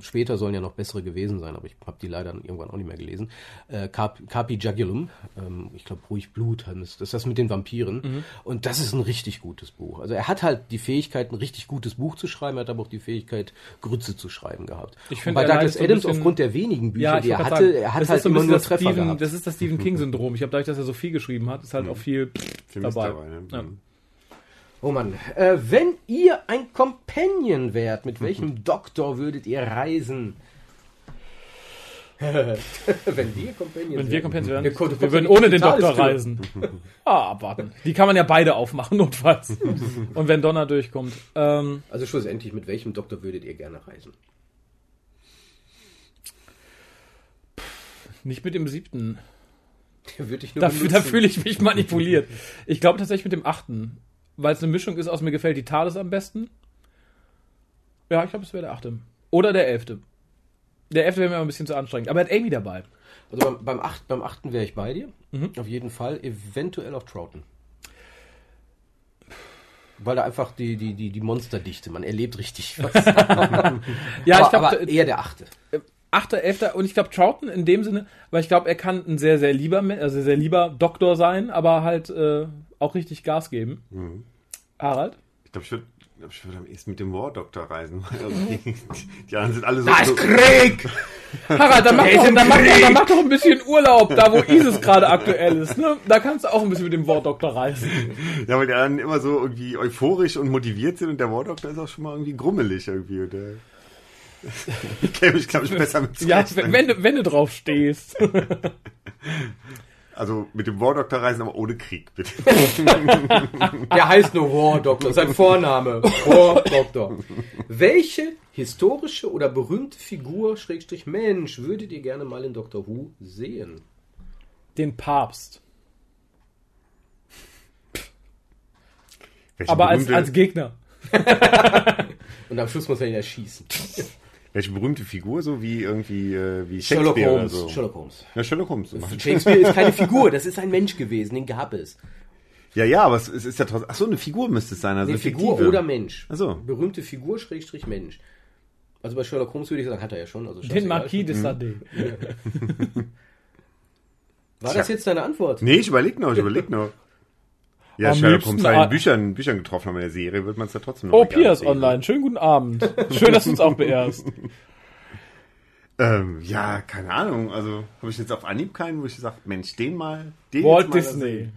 S2: später sollen ja noch bessere gewesen sein, aber ich habe die leider irgendwann auch nicht mehr gelesen, äh, Cap, Capi Jagellum, ähm, ich glaube Ruhig Blut, haben es- das ist das mit den Vampiren.
S1: Mhm.
S2: Und das ist ein richtig gutes Buch. Also er hat halt die Fähigkeit, ein richtig gutes Buch zu schreiben, er hat aber auch die Fähigkeit, Grütze zu schreiben gehabt.
S1: Ich
S2: Und
S1: find,
S2: bei
S1: er leidet
S2: Douglas
S1: so ein
S2: Adams,
S1: bisschen-
S2: aufgrund der wenigen Bücher,
S1: Ja, ich
S2: die er
S1: wollte
S2: hatte,
S1: gerade sagen,
S2: er
S1: das
S2: hat
S1: ist
S2: halt
S1: so ein
S2: immer
S1: bisschen
S2: nur
S1: das
S2: Treffer
S1: Stephen,
S2: gehabt. Mhm.
S1: Das ist das Stephen King-Syndrom. Ich habe dadurch, dass er so viel geschrieben hat, ist halt auch viel,
S4: Viel Mist
S1: dabei.
S4: dabei, ne?
S1: ja.
S4: Mhm.
S2: Oh Mann. Äh, wenn ihr ein Companion wärt, mit welchem Doktor würdet ihr reisen? wenn wir Companion
S1: Wenn wir Companions wären,
S2: Wir konnten-
S1: wir würden ohne den
S2: Digitales
S1: Doktor
S2: Kino.
S1: reisen. Ah, abwarten. Die kann man ja beide aufmachen, notfalls. Und wenn Donner durchkommt. Ähm,
S2: Also schlussendlich, mit welchem Doktor würdet ihr gerne reisen?
S1: nicht mit dem siebten.
S2: Der würde ich nur
S1: Da, fü- da
S2: benutzen.
S1: fühle ich mich manipuliert. Ich glaube tatsächlich mit dem achten. Weil es eine Mischung ist aus mir gefällt die TARDIS am besten. Ja, ich glaube, es wäre der achte. Oder der elfte. Der elfte wäre mir aber ein bisschen zu anstrengend. Aber er hat Amy dabei.
S2: Also beim, beim, Acht, beim achten wäre ich bei dir. Auf jeden Fall. Eventuell auch Troughton. Weil da einfach die, die, die, die Monsterdichte, man erlebt richtig was.
S1: Ja, ich
S2: aber,
S1: glaube,
S2: aber eher der Achte.
S1: Achter, Elfter und ich glaube Troughton in dem Sinne, weil ich glaube, er kann ein sehr, sehr lieber, Men- also sehr lieber Doktor sein, aber halt äh, auch richtig Gas geben.
S4: Mhm.
S1: Harald?
S4: Ich glaube, ich würde glaub, ich würd am ehesten mit dem War Doctor reisen. Also die, die anderen sind alle so.
S2: Da Ah, ist
S4: so
S2: Krieg!
S1: Harald, dann mach,
S2: Der ist
S1: doch,
S2: im
S1: dann, mach,
S2: Krieg!
S1: dann mach doch ein bisschen Urlaub, da wo ISIS gerade aktuell ist. Ne? Da kannst du auch ein bisschen mit dem Wort Doktor reisen.
S4: ja, weil die anderen immer so irgendwie euphorisch und motiviert sind und der War Doctor ist auch schon mal irgendwie grummelig irgendwie. Und der ich käme ich, glaube ich, besser mit
S1: Ja,
S4: zurecht.
S1: wenn, wenn du- wenn du drauf stehst.
S4: Also mit dem War Doctor reisen, aber ohne Krieg, bitte.
S2: Der heißt nur War Doctor, sein Vorname. War Doctor. Welche historische oder berühmte Figur, Schrägstrich Mensch, würdet ihr gerne mal in Doctor Who sehen?
S1: Den Papst.
S4: Welche
S1: Aber als,
S4: berühmte-
S1: als Gegner.
S2: Und am Schluss muss er ihn erschießen.
S4: Welche berühmte Figur, so wie irgendwie äh, wie Shakespeare
S2: Sherlock Holmes.
S4: oder so?
S2: Sherlock Holmes. Also
S4: Ja, Sherlock Holmes. zum Beispiel.
S2: Shakespeare ist keine Figur, das ist ein Mensch gewesen, den gab es.
S4: Ja, ja, aber es, es ist ja trotzdem. Ach so, eine Figur müsste es sein, also
S2: Eine
S4: eine
S2: Figur
S4: fiktive.
S2: oder Mensch.
S4: Ach so.
S2: Berühmte Figur, Schrägstrich Mensch. Also bei Sherlock Holmes würde ich sagen, hat er ja schon. Also
S1: Den
S2: scheißegal.
S1: Marquis de Sade.
S4: Mhm.
S2: War das jetzt deine Antwort?
S4: Nee, ich überleg noch, ich überleg noch. Ja,
S1: Am
S4: Sherlock
S1: liebsten
S4: Holmes war
S1: a-
S4: in Büchern, Büchern getroffen, aber in der Serie wird man es ja trotzdem noch
S1: Oh,
S4: nicht
S1: Piers
S4: ansehen.
S1: online. Schönen guten Abend. Schön, dass du uns auch beehrst.
S4: Ähm, ja, keine Ahnung. Also habe ich jetzt auf Anhieb keinen, wo ich gesagt habe, Mensch, den mal. Den
S1: Walt
S4: jetzt mal
S1: Disney.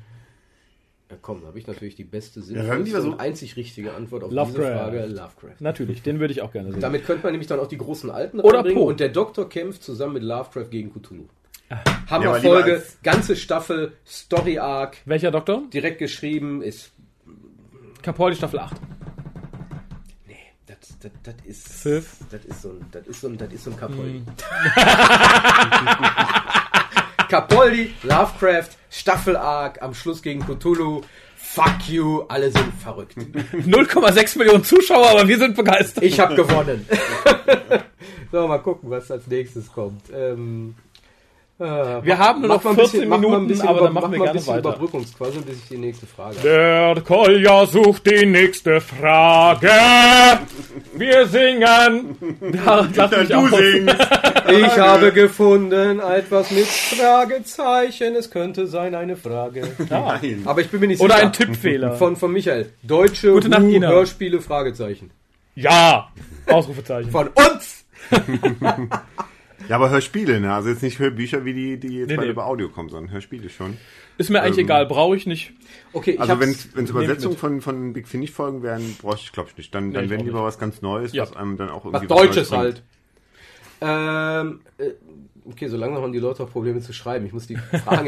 S2: Ja, komm, da habe ich natürlich die beste,
S4: sagen die
S2: sinnvollste
S4: mal so-
S2: und einzig richtige Antwort auf diese
S1: Lovecraft.
S2: Frage, Lovecraft.
S1: Natürlich, den würde ich auch gerne sehen.
S2: Damit könnte man nämlich dann auch die großen Alten
S1: Oder
S2: reinbringen
S1: Poe.
S2: und der Doktor kämpft zusammen mit Lovecraft gegen Cthulhu.
S4: Ja, aber lieber
S2: Hammerfolge,
S4: als-
S2: ganze Staffel, Story Arc,
S1: Welcher Doktor?
S2: direkt geschrieben, ist.
S1: Capaldi Staffel 8.
S2: Nee, das, das, das ist.
S1: Sif.
S2: Das ist so ein, das ist so ein, das ist so ein Capoldi. Capoldi, Lovecraft, Staffel Arc, am Schluss gegen Cthulhu. Fuck you, alle sind verrückt.
S1: 0,6 Millionen Zuschauer, aber wir sind begeistert.
S2: Ich habe gewonnen. so, mal gucken, was als nächstes kommt. Ähm, äh,
S1: Wir
S2: mach-
S1: haben nur
S2: mach
S1: noch
S2: mal ein
S1: 14
S2: mach mal ein
S1: Minuten,
S2: bisschen
S1: aber
S2: über-
S1: dann machen
S2: mach
S1: wir
S2: mal ein
S1: gerne
S2: bisschen
S1: weiter.
S2: Überbrückungsquase, bis ich die nächste Frage habe.
S1: Der Kolja sucht die nächste Frage. Wir singen. Ja, lass
S4: Dann
S1: mich
S4: du
S1: auch.
S4: singst.
S2: Ich habe gefunden etwas mit Fragezeichen. Es könnte sein eine Frage.
S4: Nein.
S2: Aber ich bin mir nicht
S1: Oder
S2: sicher.
S1: ein Tippfehler.
S2: Von, von Michael. Deutsche
S1: Gute Nacht,
S2: Who
S1: Ina.
S2: Hörspiele Fragezeichen.
S1: ja. Ausrufezeichen.
S2: Von uns!
S4: Ja, aber Hörspiele, ne? Also jetzt nicht Hörbücher, wie die, die jetzt
S1: Nee,
S4: bald
S1: nee.
S4: über Audio kommen, sondern Hörspiele schon.
S1: Ist mir eigentlich egal, brauche ich nicht.
S2: Okay, ich
S4: Also
S2: habe
S4: wenn es Übersetzungen
S1: mit.
S4: von, von Big Finish Folgen wären, bräuchte ich glaube ich nicht. Dann, dann
S1: ich
S4: wenn
S1: auch
S4: lieber was ganz Neues,
S1: Ja.
S4: was einem dann auch
S2: was
S4: irgendwie
S2: Deutsches
S4: Neues
S2: halt. Ähm, äh, okay, so langsam haben die Leute auch Probleme zu schreiben. Ich muss die Fragen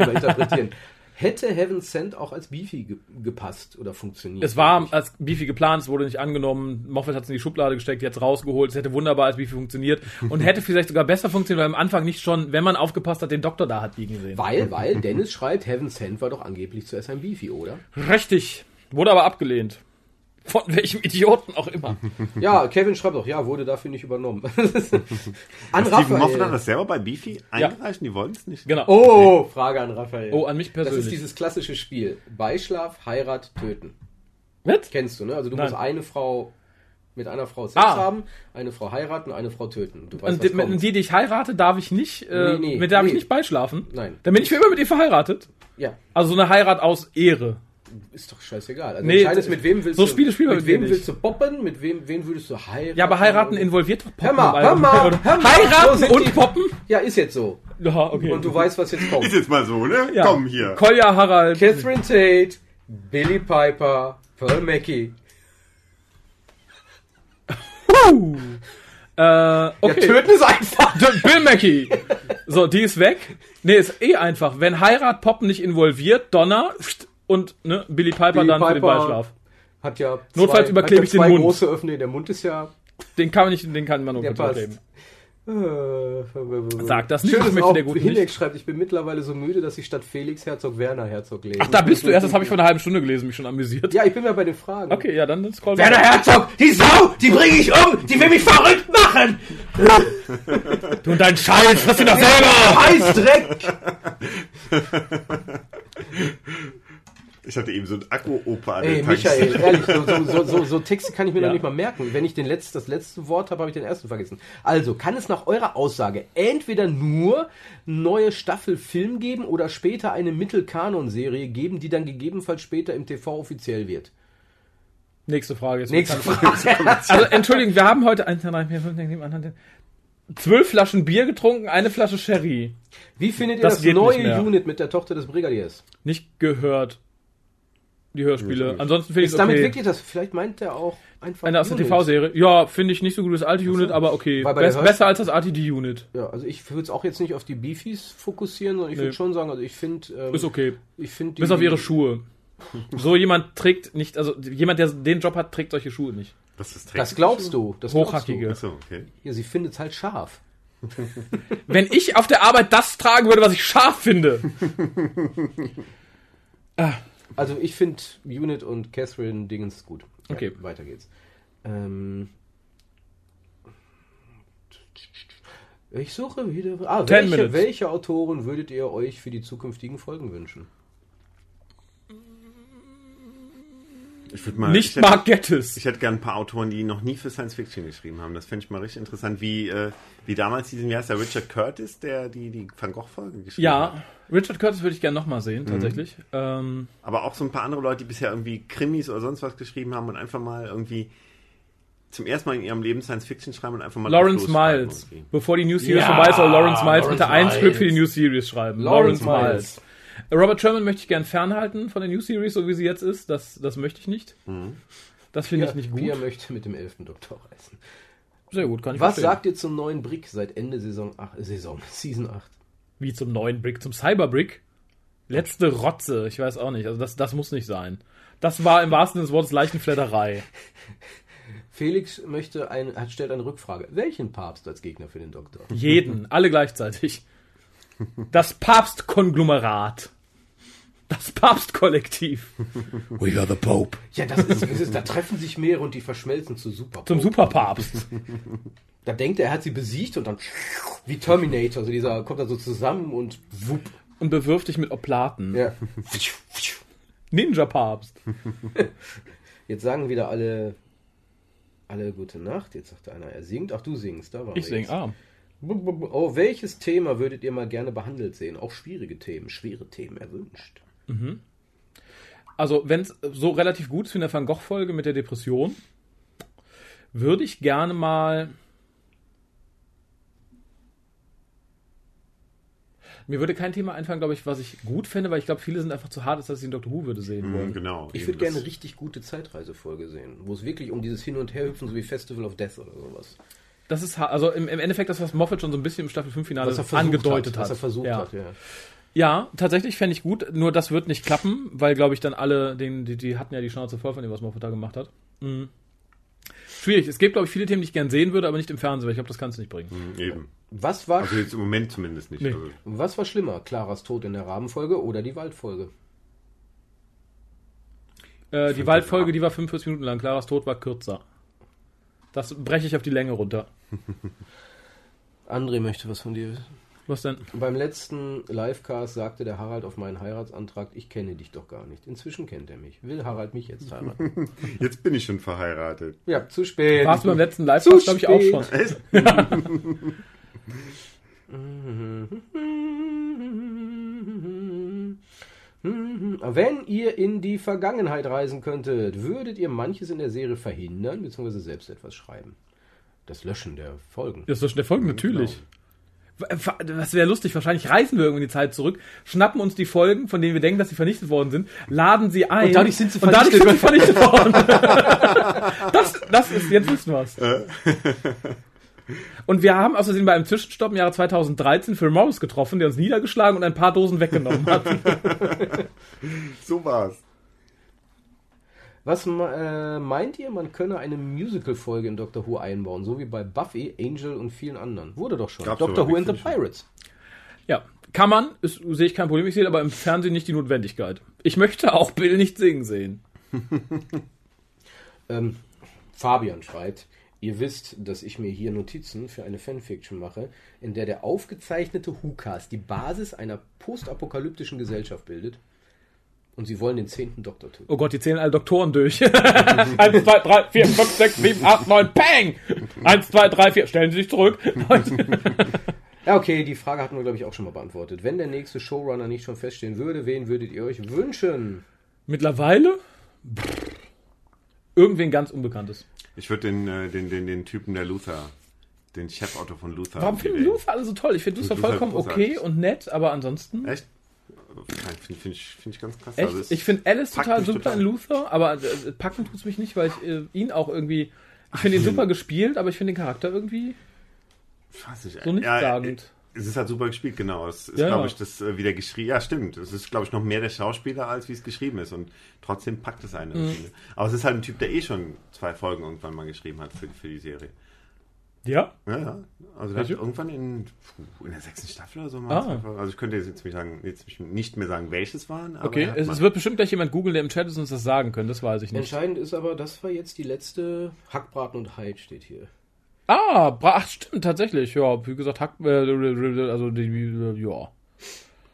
S2: immer interpretieren. Hätte Heaven Sent auch als Beefy ge gepasst oder funktioniert?
S1: Es war als Beefy geplant, es wurde nicht angenommen. Moffat hat es in die Schublade gesteckt, jetzt rausgeholt. Es hätte wunderbar als Beefy funktioniert und hätte vielleicht sogar besser funktioniert, weil am Anfang nicht schon, wenn man aufgepasst hat, den Doktor da hat liegen sehen.
S2: Weil, weil Dennis schreibt, Heaven Sent war doch angeblich zuerst ein Beefy, oder?
S1: Richtig. Wurde aber abgelehnt. Von welchem Idioten auch immer.
S2: Ja, Kevin schreibt doch, ja, wurde dafür nicht übernommen. an
S4: Steven Moffat hat
S2: Raphael.
S4: das selber bei Beefy eingereicht und die wollten es nicht.
S1: Genau.
S2: Oh, Frage an Raphael.
S1: Oh, an mich
S2: das
S1: persönlich.
S2: ist dieses klassische Spiel. Beischlaf, Heirat, Töten.
S1: Was?
S2: Kennst du, ne? Also du
S1: Nein.
S2: musst eine Frau mit einer Frau Sex
S1: Ah.
S2: haben, eine Frau heiraten, eine Frau töten. Du weißt,
S1: Und die,
S2: was kommt.
S1: mit, die, die ich heirate, darf ich nicht, äh,
S2: Nee, nee,
S1: mit der darf ich
S2: nee.
S1: nicht beischlafen.
S2: Nein.
S1: Dann bin ich für immer mit ihr verheiratet.
S2: Ja,
S1: Also so eine Heirat aus Ehre.
S2: ist doch scheißegal. Also
S1: Nee,
S2: entscheidend ist, mit wem willst
S1: so
S2: du
S1: Spiele spielen wir
S2: mit
S1: mit dir
S2: wem
S1: nicht.
S2: willst du poppen, mit wem wen würdest du heiraten?
S1: Ja, aber heiraten involviert Poppen.
S2: Äh, Hör mal,
S1: im
S2: hör mal,
S1: Allgemeinen.
S2: hör mal,
S1: heiraten
S2: so sind
S1: und
S2: die-
S1: Poppen?
S2: Ja, ist jetzt so.
S1: Ja, okay.
S2: Und du weißt, was jetzt kommt.
S4: Ist jetzt mal so, ne?
S1: ja.
S4: Komm hier.
S1: Kolja Harald.
S2: Catherine Tate, Billy Piper, Pearl Mackie.
S1: Puh. Äh, okay.
S2: Ja, töten ist einfach.
S1: Bill Mackey. So, die ist weg. Nee, ist eh einfach. Wenn Heirat Poppen nicht involviert, Donner pst, und ne, Billy Piper
S2: Billy
S1: dann für den
S2: Piper.
S1: Beischlaf.
S2: Hat ja zwei,
S1: Notfalls überklebe
S2: hat
S1: ich
S2: ja
S1: den
S2: zwei
S1: Mund.
S2: große Öffnungen. Der Mund ist ja
S1: Den kann man nicht, den kann man nur
S2: Der
S1: kurz
S2: passt.
S1: überleben.
S2: Äh,
S1: Sag das nicht,
S2: Schön
S1: ich
S2: ist
S1: möchte
S2: auch,
S1: der Guten
S2: Hinek
S1: nicht.
S2: schreibt, ich bin mittlerweile so müde, dass ich statt Felix Herzog Werner Herzog lese.
S1: Ach, da bist du erst. Das habe ich vor einer halben Stunde gelesen, mich schon amüsiert.
S2: ja, ich bin ja bei den Fragen.
S1: Okay, ja, dann scroll
S2: Werner Herzog, die Sau, die bringe ich um, die will mich verrückt machen.
S1: Du und dein Scheiß, was du doch selber!
S2: Heißdreck.
S4: Ich hatte eben so ein Akku-Opa an
S2: Ey,
S4: der Tankstelle.
S2: Michael, ehrlich, so, so, so, so, so Texte kann ich mir
S1: Ja.
S2: noch nicht mal merken. Wenn ich den Letz-, das letzte Wort habe, habe ich den ersten vergessen. Also, kann es nach eurer Aussage entweder nur neue Staffel Film geben oder später eine Mittelkanon-Serie geben, die dann gegebenenfalls später im TV offiziell wird?
S1: Nächste Frage. Jetzt
S2: Nächste Frage.
S1: Also, Entschuldigung, wir haben heute 1, 2, 3, 4, 5, 6, 7, 8, 9, 10, 12 Flaschen Bier getrunken, eine Flasche Sherry.
S2: Wie findet ihr
S1: Das
S2: das,
S1: geht nicht
S2: neue
S1: mehr.
S2: Unit mit der Tochter des Brigadiers?
S1: Nicht gehört. Die Hörspiele. Ansonsten finde ich
S2: Ist
S1: es
S2: damit
S1: okay.
S2: wirklich das? Vielleicht meint er auch einfach.
S1: Eine aus der
S2: Unit.
S1: TV-Serie. Ja, finde ich nicht so gut wie das alte Unit, aber okay.
S2: Weil bei
S1: Best,
S2: der Hör-
S1: besser als das RTD-Unit.
S2: Ja, also ich würde es auch jetzt nicht auf die Beefies fokussieren, sondern ich
S1: Nee.
S2: würde schon sagen, also ich finde. Ähm,
S1: Ist okay.
S2: Ich finde
S1: Bis auf ihre Schuhe. So jemand trägt nicht, also jemand, der den Job hat, trägt solche Schuhe nicht.
S4: Was ist
S2: Das glaubst du. Das
S1: Hochhackige.
S2: Glaubst
S4: Achso, okay.
S2: du. Ja, sie findet es halt scharf.
S1: Wenn ich auf der Arbeit das tragen würde, was ich scharf finde.
S2: Also ich finde Unit und Catherine Dingens gut. Ja,
S1: Okay.
S2: Weiter geht's. Ähm. Ich suche wieder. Ah,
S1: Ten
S2: welche,
S1: minutes.
S2: welche Autoren würdet ihr euch für die zukünftigen Folgen wünschen?
S4: Ich würde mal. ich
S1: Nicht
S4: hätte,
S1: Mark Gettis.
S4: Ich hätte gern ein paar Autoren, die noch nie für Science Fiction geschrieben haben. Das fände ich mal richtig interessant, wie, äh, wie damals diesen, wie heißt der Richard Curtis, der die, die Van Gogh-Folge geschrieben hat.
S1: Ja, Richard Curtis würde ich gerne nochmal
S4: Mhm.
S1: sehen, tatsächlich. Ähm,
S4: Aber auch so ein paar andere Leute, die bisher irgendwie Krimis oder sonst was geschrieben haben und einfach mal irgendwie zum ersten Mal in ihrem Leben Science Fiction schreiben und einfach mal
S1: Lawrence
S4: drauf losschreiben
S1: Miles.
S4: irgendwie.
S1: Bevor die New Series
S5: Ja,
S1: vorbei ist, soll Lawrence Miles
S5: Lawrence
S1: bitte ein Skript für die New
S5: Miles.
S1: Series schreiben.
S2: Lawrence
S1: Robert Sherman möchte ich gern fernhalten von der New Series, so wie sie jetzt ist. Das, das möchte ich nicht.
S4: Mhm.
S1: Das finde ich nicht gut.
S2: Pia möchte mit dem elften Doktor reisen.
S1: Sehr gut, kann ich
S2: Was
S1: verstehen.
S2: sagt ihr zum neuen Brick seit Ende Saison 8? Saison, Season 8.
S1: Wie zum neuen Brick, zum Cyberbrick. Letzte Rotze, ich weiß auch nicht. Also das, das muss nicht sein. Das war im wahrsten Sinne des Wortes Leichenflatterei.
S2: Felix möchte ein, hat, stellt eine Rückfrage. Welchen Papst als Gegner für den Doktor?
S1: Jeden, alle gleichzeitig. Das Papstkonglomerat. Das Papstkollektiv.
S5: We are the Pope.
S2: Ja, das ist, das ist da treffen sich mehrere und die verschmelzen zu Super.
S1: Zum Superpapst.
S2: Da denkt er, er hat sie besiegt und dann wie Terminator, also dieser kommt da so zusammen und wupp.
S1: Und bewirft dich mit Oplaten.
S2: Ja.
S1: Ninja-Papst.
S2: Jetzt sagen wieder alle alle gute Nacht. Jetzt sagt einer, er singt. Ach, du singst, da war
S1: Ich sing
S2: ah.
S1: arm.
S2: Oh, welches Thema würdet ihr mal gerne behandelt sehen? Auch schwierige Themen, schwere Themen erwünscht.
S1: Also, wenn es so relativ gut ist wie in der Van Gogh-Folge mit der Depression, würde ich gerne mal. Mir würde kein Thema einfallen, glaube ich, was ich gut fände, weil ich glaube, viele sind einfach zu hart, als dass sie den Dr. Who würde sehen
S4: Mhm,
S1: wollen.
S4: genau.
S2: Ich
S4: eben
S2: würde
S4: das-
S2: gerne eine richtig gute Zeitreisefolge sehen, wo es wirklich um dieses Hin- und Herhüpfen, so wie Festival of Death oder sowas.
S1: Das ist ha- also im, im Endeffekt das, was Moffat schon so ein bisschen im Staffel 5 Finale
S2: Was er versucht
S1: Also angedeutet hat.
S2: Was er versucht
S1: ja.
S2: hat, ja.
S1: Ja, tatsächlich fände ich gut, nur das wird nicht klappen, weil, glaube ich, dann alle, den, die, die hatten ja die Schnauze voll von dem, was Moffat da gemacht hat. Mhm. Schwierig. Es gibt, glaube ich, viele Themen, die ich gern sehen würde, aber nicht im Fernsehen, weil ich glaube, das kannst du nicht
S2: Mhm.
S1: bringen.
S4: mhm, Eben.
S2: Was war,
S4: Also jetzt im Moment zumindest nicht.
S1: Nee.
S4: Also,
S2: was war schlimmer? Claras Tod in der Rabenfolge oder die Waldfolge?
S1: Äh, die Waldfolge, die war 45 Minuten lang. Claras Tod war kürzer. Das breche ich auf die Länge runter.
S2: André möchte was von dir wissen.
S1: Was denn?
S2: Beim letzten Livecast sagte der Harald auf meinen Heiratsantrag, ich kenne dich doch gar nicht. Inzwischen kennt er mich. Will Harald mich jetzt heiraten?
S4: jetzt bin ich schon verheiratet.
S2: ja, zu spät.
S1: Warst du beim letzten live
S2: Zu
S1: glaube ich, auch schon.
S2: Wenn ihr in die Vergangenheit reisen könntet, würdet ihr manches in der Serie verhindern bzw. selbst etwas schreiben? Das Löschen der Folgen.
S1: Das ist schon der Folge, natürlich. W- genau. Das wäre lustig, wahrscheinlich reißen wir irgendwie die Zeit zurück, schnappen uns die Folgen, von denen wir denken, dass sie vernichtet worden sind, laden sie ein.
S2: Und dadurch sind sie
S1: und dadurch sind sie vernichtet worden. das, das ist, jetzt wissen wir's. Und wir haben außerdem bei einem Zwischenstopp im Jahre 2013 Phil Morris getroffen, der uns niedergeschlagen und ein paar Dosen weggenommen hat.
S4: So war's.
S2: Was äh, meint ihr, man könne eine Musical-Folge in Doctor Who einbauen, so wie bei Buffy, Angel und vielen anderen? Wurde doch schon.
S4: Gab's
S2: Doctor
S4: aber
S2: Who and
S4: nicht,
S2: the
S4: finde ich.
S2: Pirates.
S1: ja, kann man, ist- sehe ich kein Problem, ich sehe aber im Fernsehen nicht die Notwendigkeit. Ich möchte auch Bill nicht singen sehen.
S2: Ähm, Fabian schreibt, ihr wisst, dass ich mir hier Notizen für eine Fanfiction mache, in der der aufgezeichnete Hukas die Basis einer postapokalyptischen Gesellschaft bildet. Und sie wollen den zehnten Doktor töten.
S1: Oh Gott, die zählen alle Doktoren durch. 1, 2, 3, 4, 5, 6, 7, 8, 9, Peng! 1, 2, 3, 4, stellen Sie sich zurück.
S2: Ja, okay, die Frage hatten wir, glaube ich, auch schon mal beantwortet. Wenn der nächste Showrunner nicht schon feststehen würde, wen würdet ihr euch wünschen?
S1: Mittlerweile? Pff, Irgendwen ganz Unbekanntes.
S4: Ich würde den, äh, den, den, den Typen der Luther, den Chefautor von Luther.
S1: Warum finden
S4: wählen.
S1: Luther alle so toll? Ich finde Luther
S4: Luther
S1: vollkommen okay
S4: großartig.
S1: und nett, aber ansonsten.
S4: Echt? Finde find ich, find ich ganz krass.
S1: Echt?
S4: Also es
S1: ich finde Alice
S4: packt
S1: total
S4: mich
S1: super in Luther, aber äh, packen tut's mich nicht, weil ich äh, ihn auch irgendwie. Ich finde ihn super gespielt, aber ich finde den Charakter irgendwie
S4: Ich weiß nicht,
S1: so
S4: äh,
S1: nichtssagend.
S4: äh, Es ist halt super gespielt, genau. Es ist,
S1: Ja, ja.
S4: glaube ich, das äh, wieder geschrieben. Ja, stimmt. Es ist, glaube ich, noch mehr der Schauspieler, als wie es geschrieben ist. Und trotzdem packt es einen.
S1: Mhm.
S4: irgendwie. Aber es ist halt ein Typ, der eh schon zwei Folgen irgendwann mal geschrieben hat für, für die Serie.
S1: Ja?
S4: Ja, ja. Also, der hat
S1: Welche?
S4: irgendwann in, puh, in der sechsten Staffel oder so mal.
S1: Ah.
S4: zwei Folgen- Also, ich könnte jetzt nicht, sagen, jetzt nicht mehr sagen, welches waren. Aber
S1: Okay,
S4: er hat
S1: es,
S4: mal-
S1: es wird bestimmt gleich jemand googeln, der im Chat ist und uns das sagen können, das weiß ich nicht.
S2: Entscheidend ist aber, das war jetzt die letzte Hackbraten und Hyde steht hier.
S1: Ah, Bra ach, stimmt, tatsächlich. Ja, wie gesagt, Hack, äh, also die, äh, ja.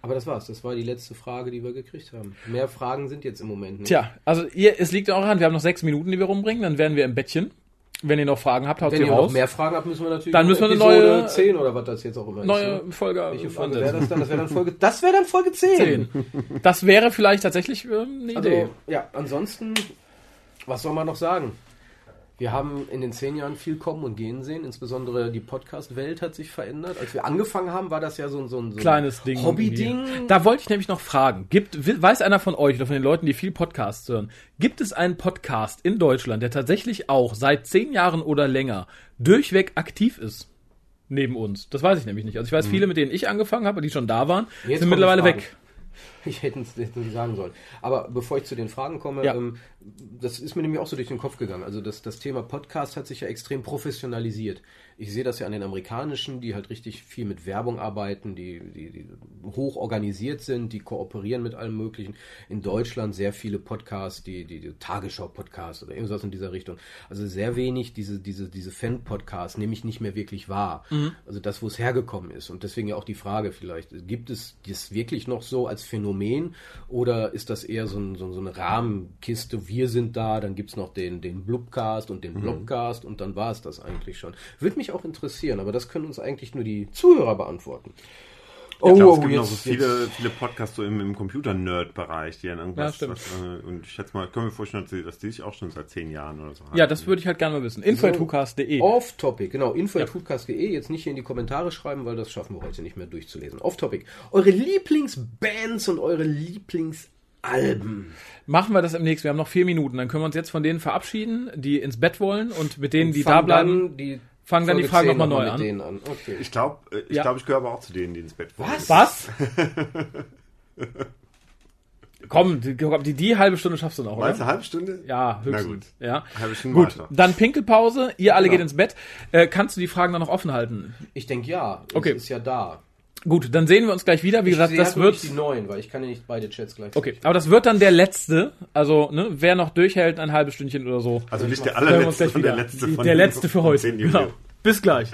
S2: Aber das war's, das war die letzte Frage, die wir gekriegt haben. Mehr Fragen sind jetzt im Moment nicht.
S1: Tja, also ihr, es liegt in eurer Hand. Wir haben noch sechs Minuten, die wir rumbringen. Dann wären wir im Bettchen. Wenn ihr noch Fragen habt, haut
S2: Wenn
S1: sie
S2: ihr noch
S1: raus.
S2: mehr Fragen habt, müssen wir natürlich
S1: Dann müssen wir eine
S2: Episode
S1: neue- äh,
S2: 10 oder was das jetzt auch immer ist.
S1: Neue
S2: ne?
S1: Folge.
S2: Welche
S1: äh,
S2: Folge
S1: ansetzen.
S2: wäre das dann? Das wäre dann Folge, das wäre dann Folge Also, 10.
S1: Das wäre vielleicht tatsächlich ähm, eine Idee.
S2: Also, ja, ansonsten, was soll man noch sagen? Wir haben in den zehn Jahren viel kommen und gehen sehen. Insbesondere die Podcast-Welt hat sich verändert. Als wir angefangen haben, war das ja so ein, so ein, so ein
S1: Kleines Ding.
S2: Hobby-Ding.
S1: Da wollte ich nämlich noch fragen. Gibt, will- weiß einer von euch oder von den Leuten, die viel Podcasts hören, gibt es einen Podcast in Deutschland, der tatsächlich auch seit zehn Jahren oder länger durchweg aktiv ist? Neben uns. Das weiß ich nämlich nicht. Also ich weiß, viele, mit denen ich angefangen habe, die schon da waren,
S2: Hm. Jetzt
S1: sind
S2: kommt die
S1: mittlerweile
S2: Frage.
S1: weg.
S2: Ich hätte es nicht sagen sollen. Aber bevor ich zu den Fragen komme,
S1: Ja.
S2: ähm, das ist mir nämlich auch so durch den Kopf gegangen. Also das, das Thema Podcast hat sich ja extrem professionalisiert. Ich sehe das ja an den amerikanischen, die halt richtig viel mit Werbung arbeiten, die, die, die hoch organisiert sind, die kooperieren mit allem Möglichen. In Deutschland sehr viele Podcasts, die, die, die Tagesschau-Podcasts oder irgendwas in dieser Richtung. Also sehr wenig diese, diese, diese Fan-Podcasts nehme ich nicht mehr wirklich wahr.
S4: Mhm.
S2: Also das, wo es hergekommen ist. Und deswegen ja auch die Frage vielleicht, gibt es das wirklich noch so als Phänomen oder ist das eher so, ein, so, so eine Rahmenkiste, wir sind da, dann gibt es noch den, den Blubcast und den
S4: Mhm.
S2: Blobcast und dann war es das eigentlich schon. Würde mich auch interessieren, aber das können uns eigentlich nur die Zuhörer beantworten.
S4: Ich glaube, es
S2: oh,
S4: gibt noch
S2: jetzt-
S4: so viele, viele Podcasts so im, im Computer-Nerd-Bereich, die dann
S1: Ja,
S4: irgendwas.
S1: stimmt.
S4: was, äh, und ich schätze mal, können wir vorstellen, dass die, dass die sich auch schon seit zehn Jahren oder so
S1: Ja, das würde ich halt gerne mal wissen. Info.hucast.de.
S2: Off-Topic, genau, info.foodcast.de. Jetzt nicht hier in die Kommentare schreiben, weil das schaffen wir heute nicht mehr durchzulesen. Off-Topic. Eure Lieblingsbands und eure Lieblingsalben.
S1: Machen wir das demnächst. Wir haben noch vier Minuten. Dann können wir uns jetzt von denen verabschieden, die ins Bett wollen und mit denen, die
S2: Fang
S1: da bleiben.
S2: dann die
S1: fangen dann die Fragen
S2: Folge 10
S1: noch mal
S2: noch mal
S1: neu
S2: mit
S1: an.
S2: denen an. Okay.
S4: Ich glaube, äh, ich,
S1: Ja.
S4: glaub, ich gehöre aber auch zu denen, die ins Bett wollen.
S1: Was? komm, die, komm, die, die halbe Stunde schaffst du noch, oder?
S4: Meinst du eine halbe Stunde?
S1: Ja,
S4: Na
S1: höchstens.
S4: gut.
S1: Ja.
S4: Halbe Stunde
S1: Gut,
S4: mach ich noch.
S1: dann Pinkelpause, ihr alle
S4: Genau.
S1: geht ins Bett. Äh, kannst du die Fragen dann noch offen halten?
S2: Ich denke ja,
S1: Okay.
S2: es ist ja da.
S1: Gut, dann sehen wir uns gleich wieder. Wie
S2: Ich
S1: gesagt,
S2: sehe
S1: das
S2: nur
S1: wird.
S2: nicht die neuen, weil ich kann ja nicht beide Chats gleich.
S1: Okay, aber das wird dann der letzte. Also, ne, wer noch durchhält, ein halbes Stündchen oder so.
S4: Also nicht der
S1: Hören wir uns
S4: allerletzte,
S1: gleich
S4: sondern
S1: wieder.
S4: der letzte
S1: Die-
S4: von
S1: der
S4: den-
S1: letzte für
S4: von
S1: heute.
S4: den Jungen.
S1: Genau. Bis gleich.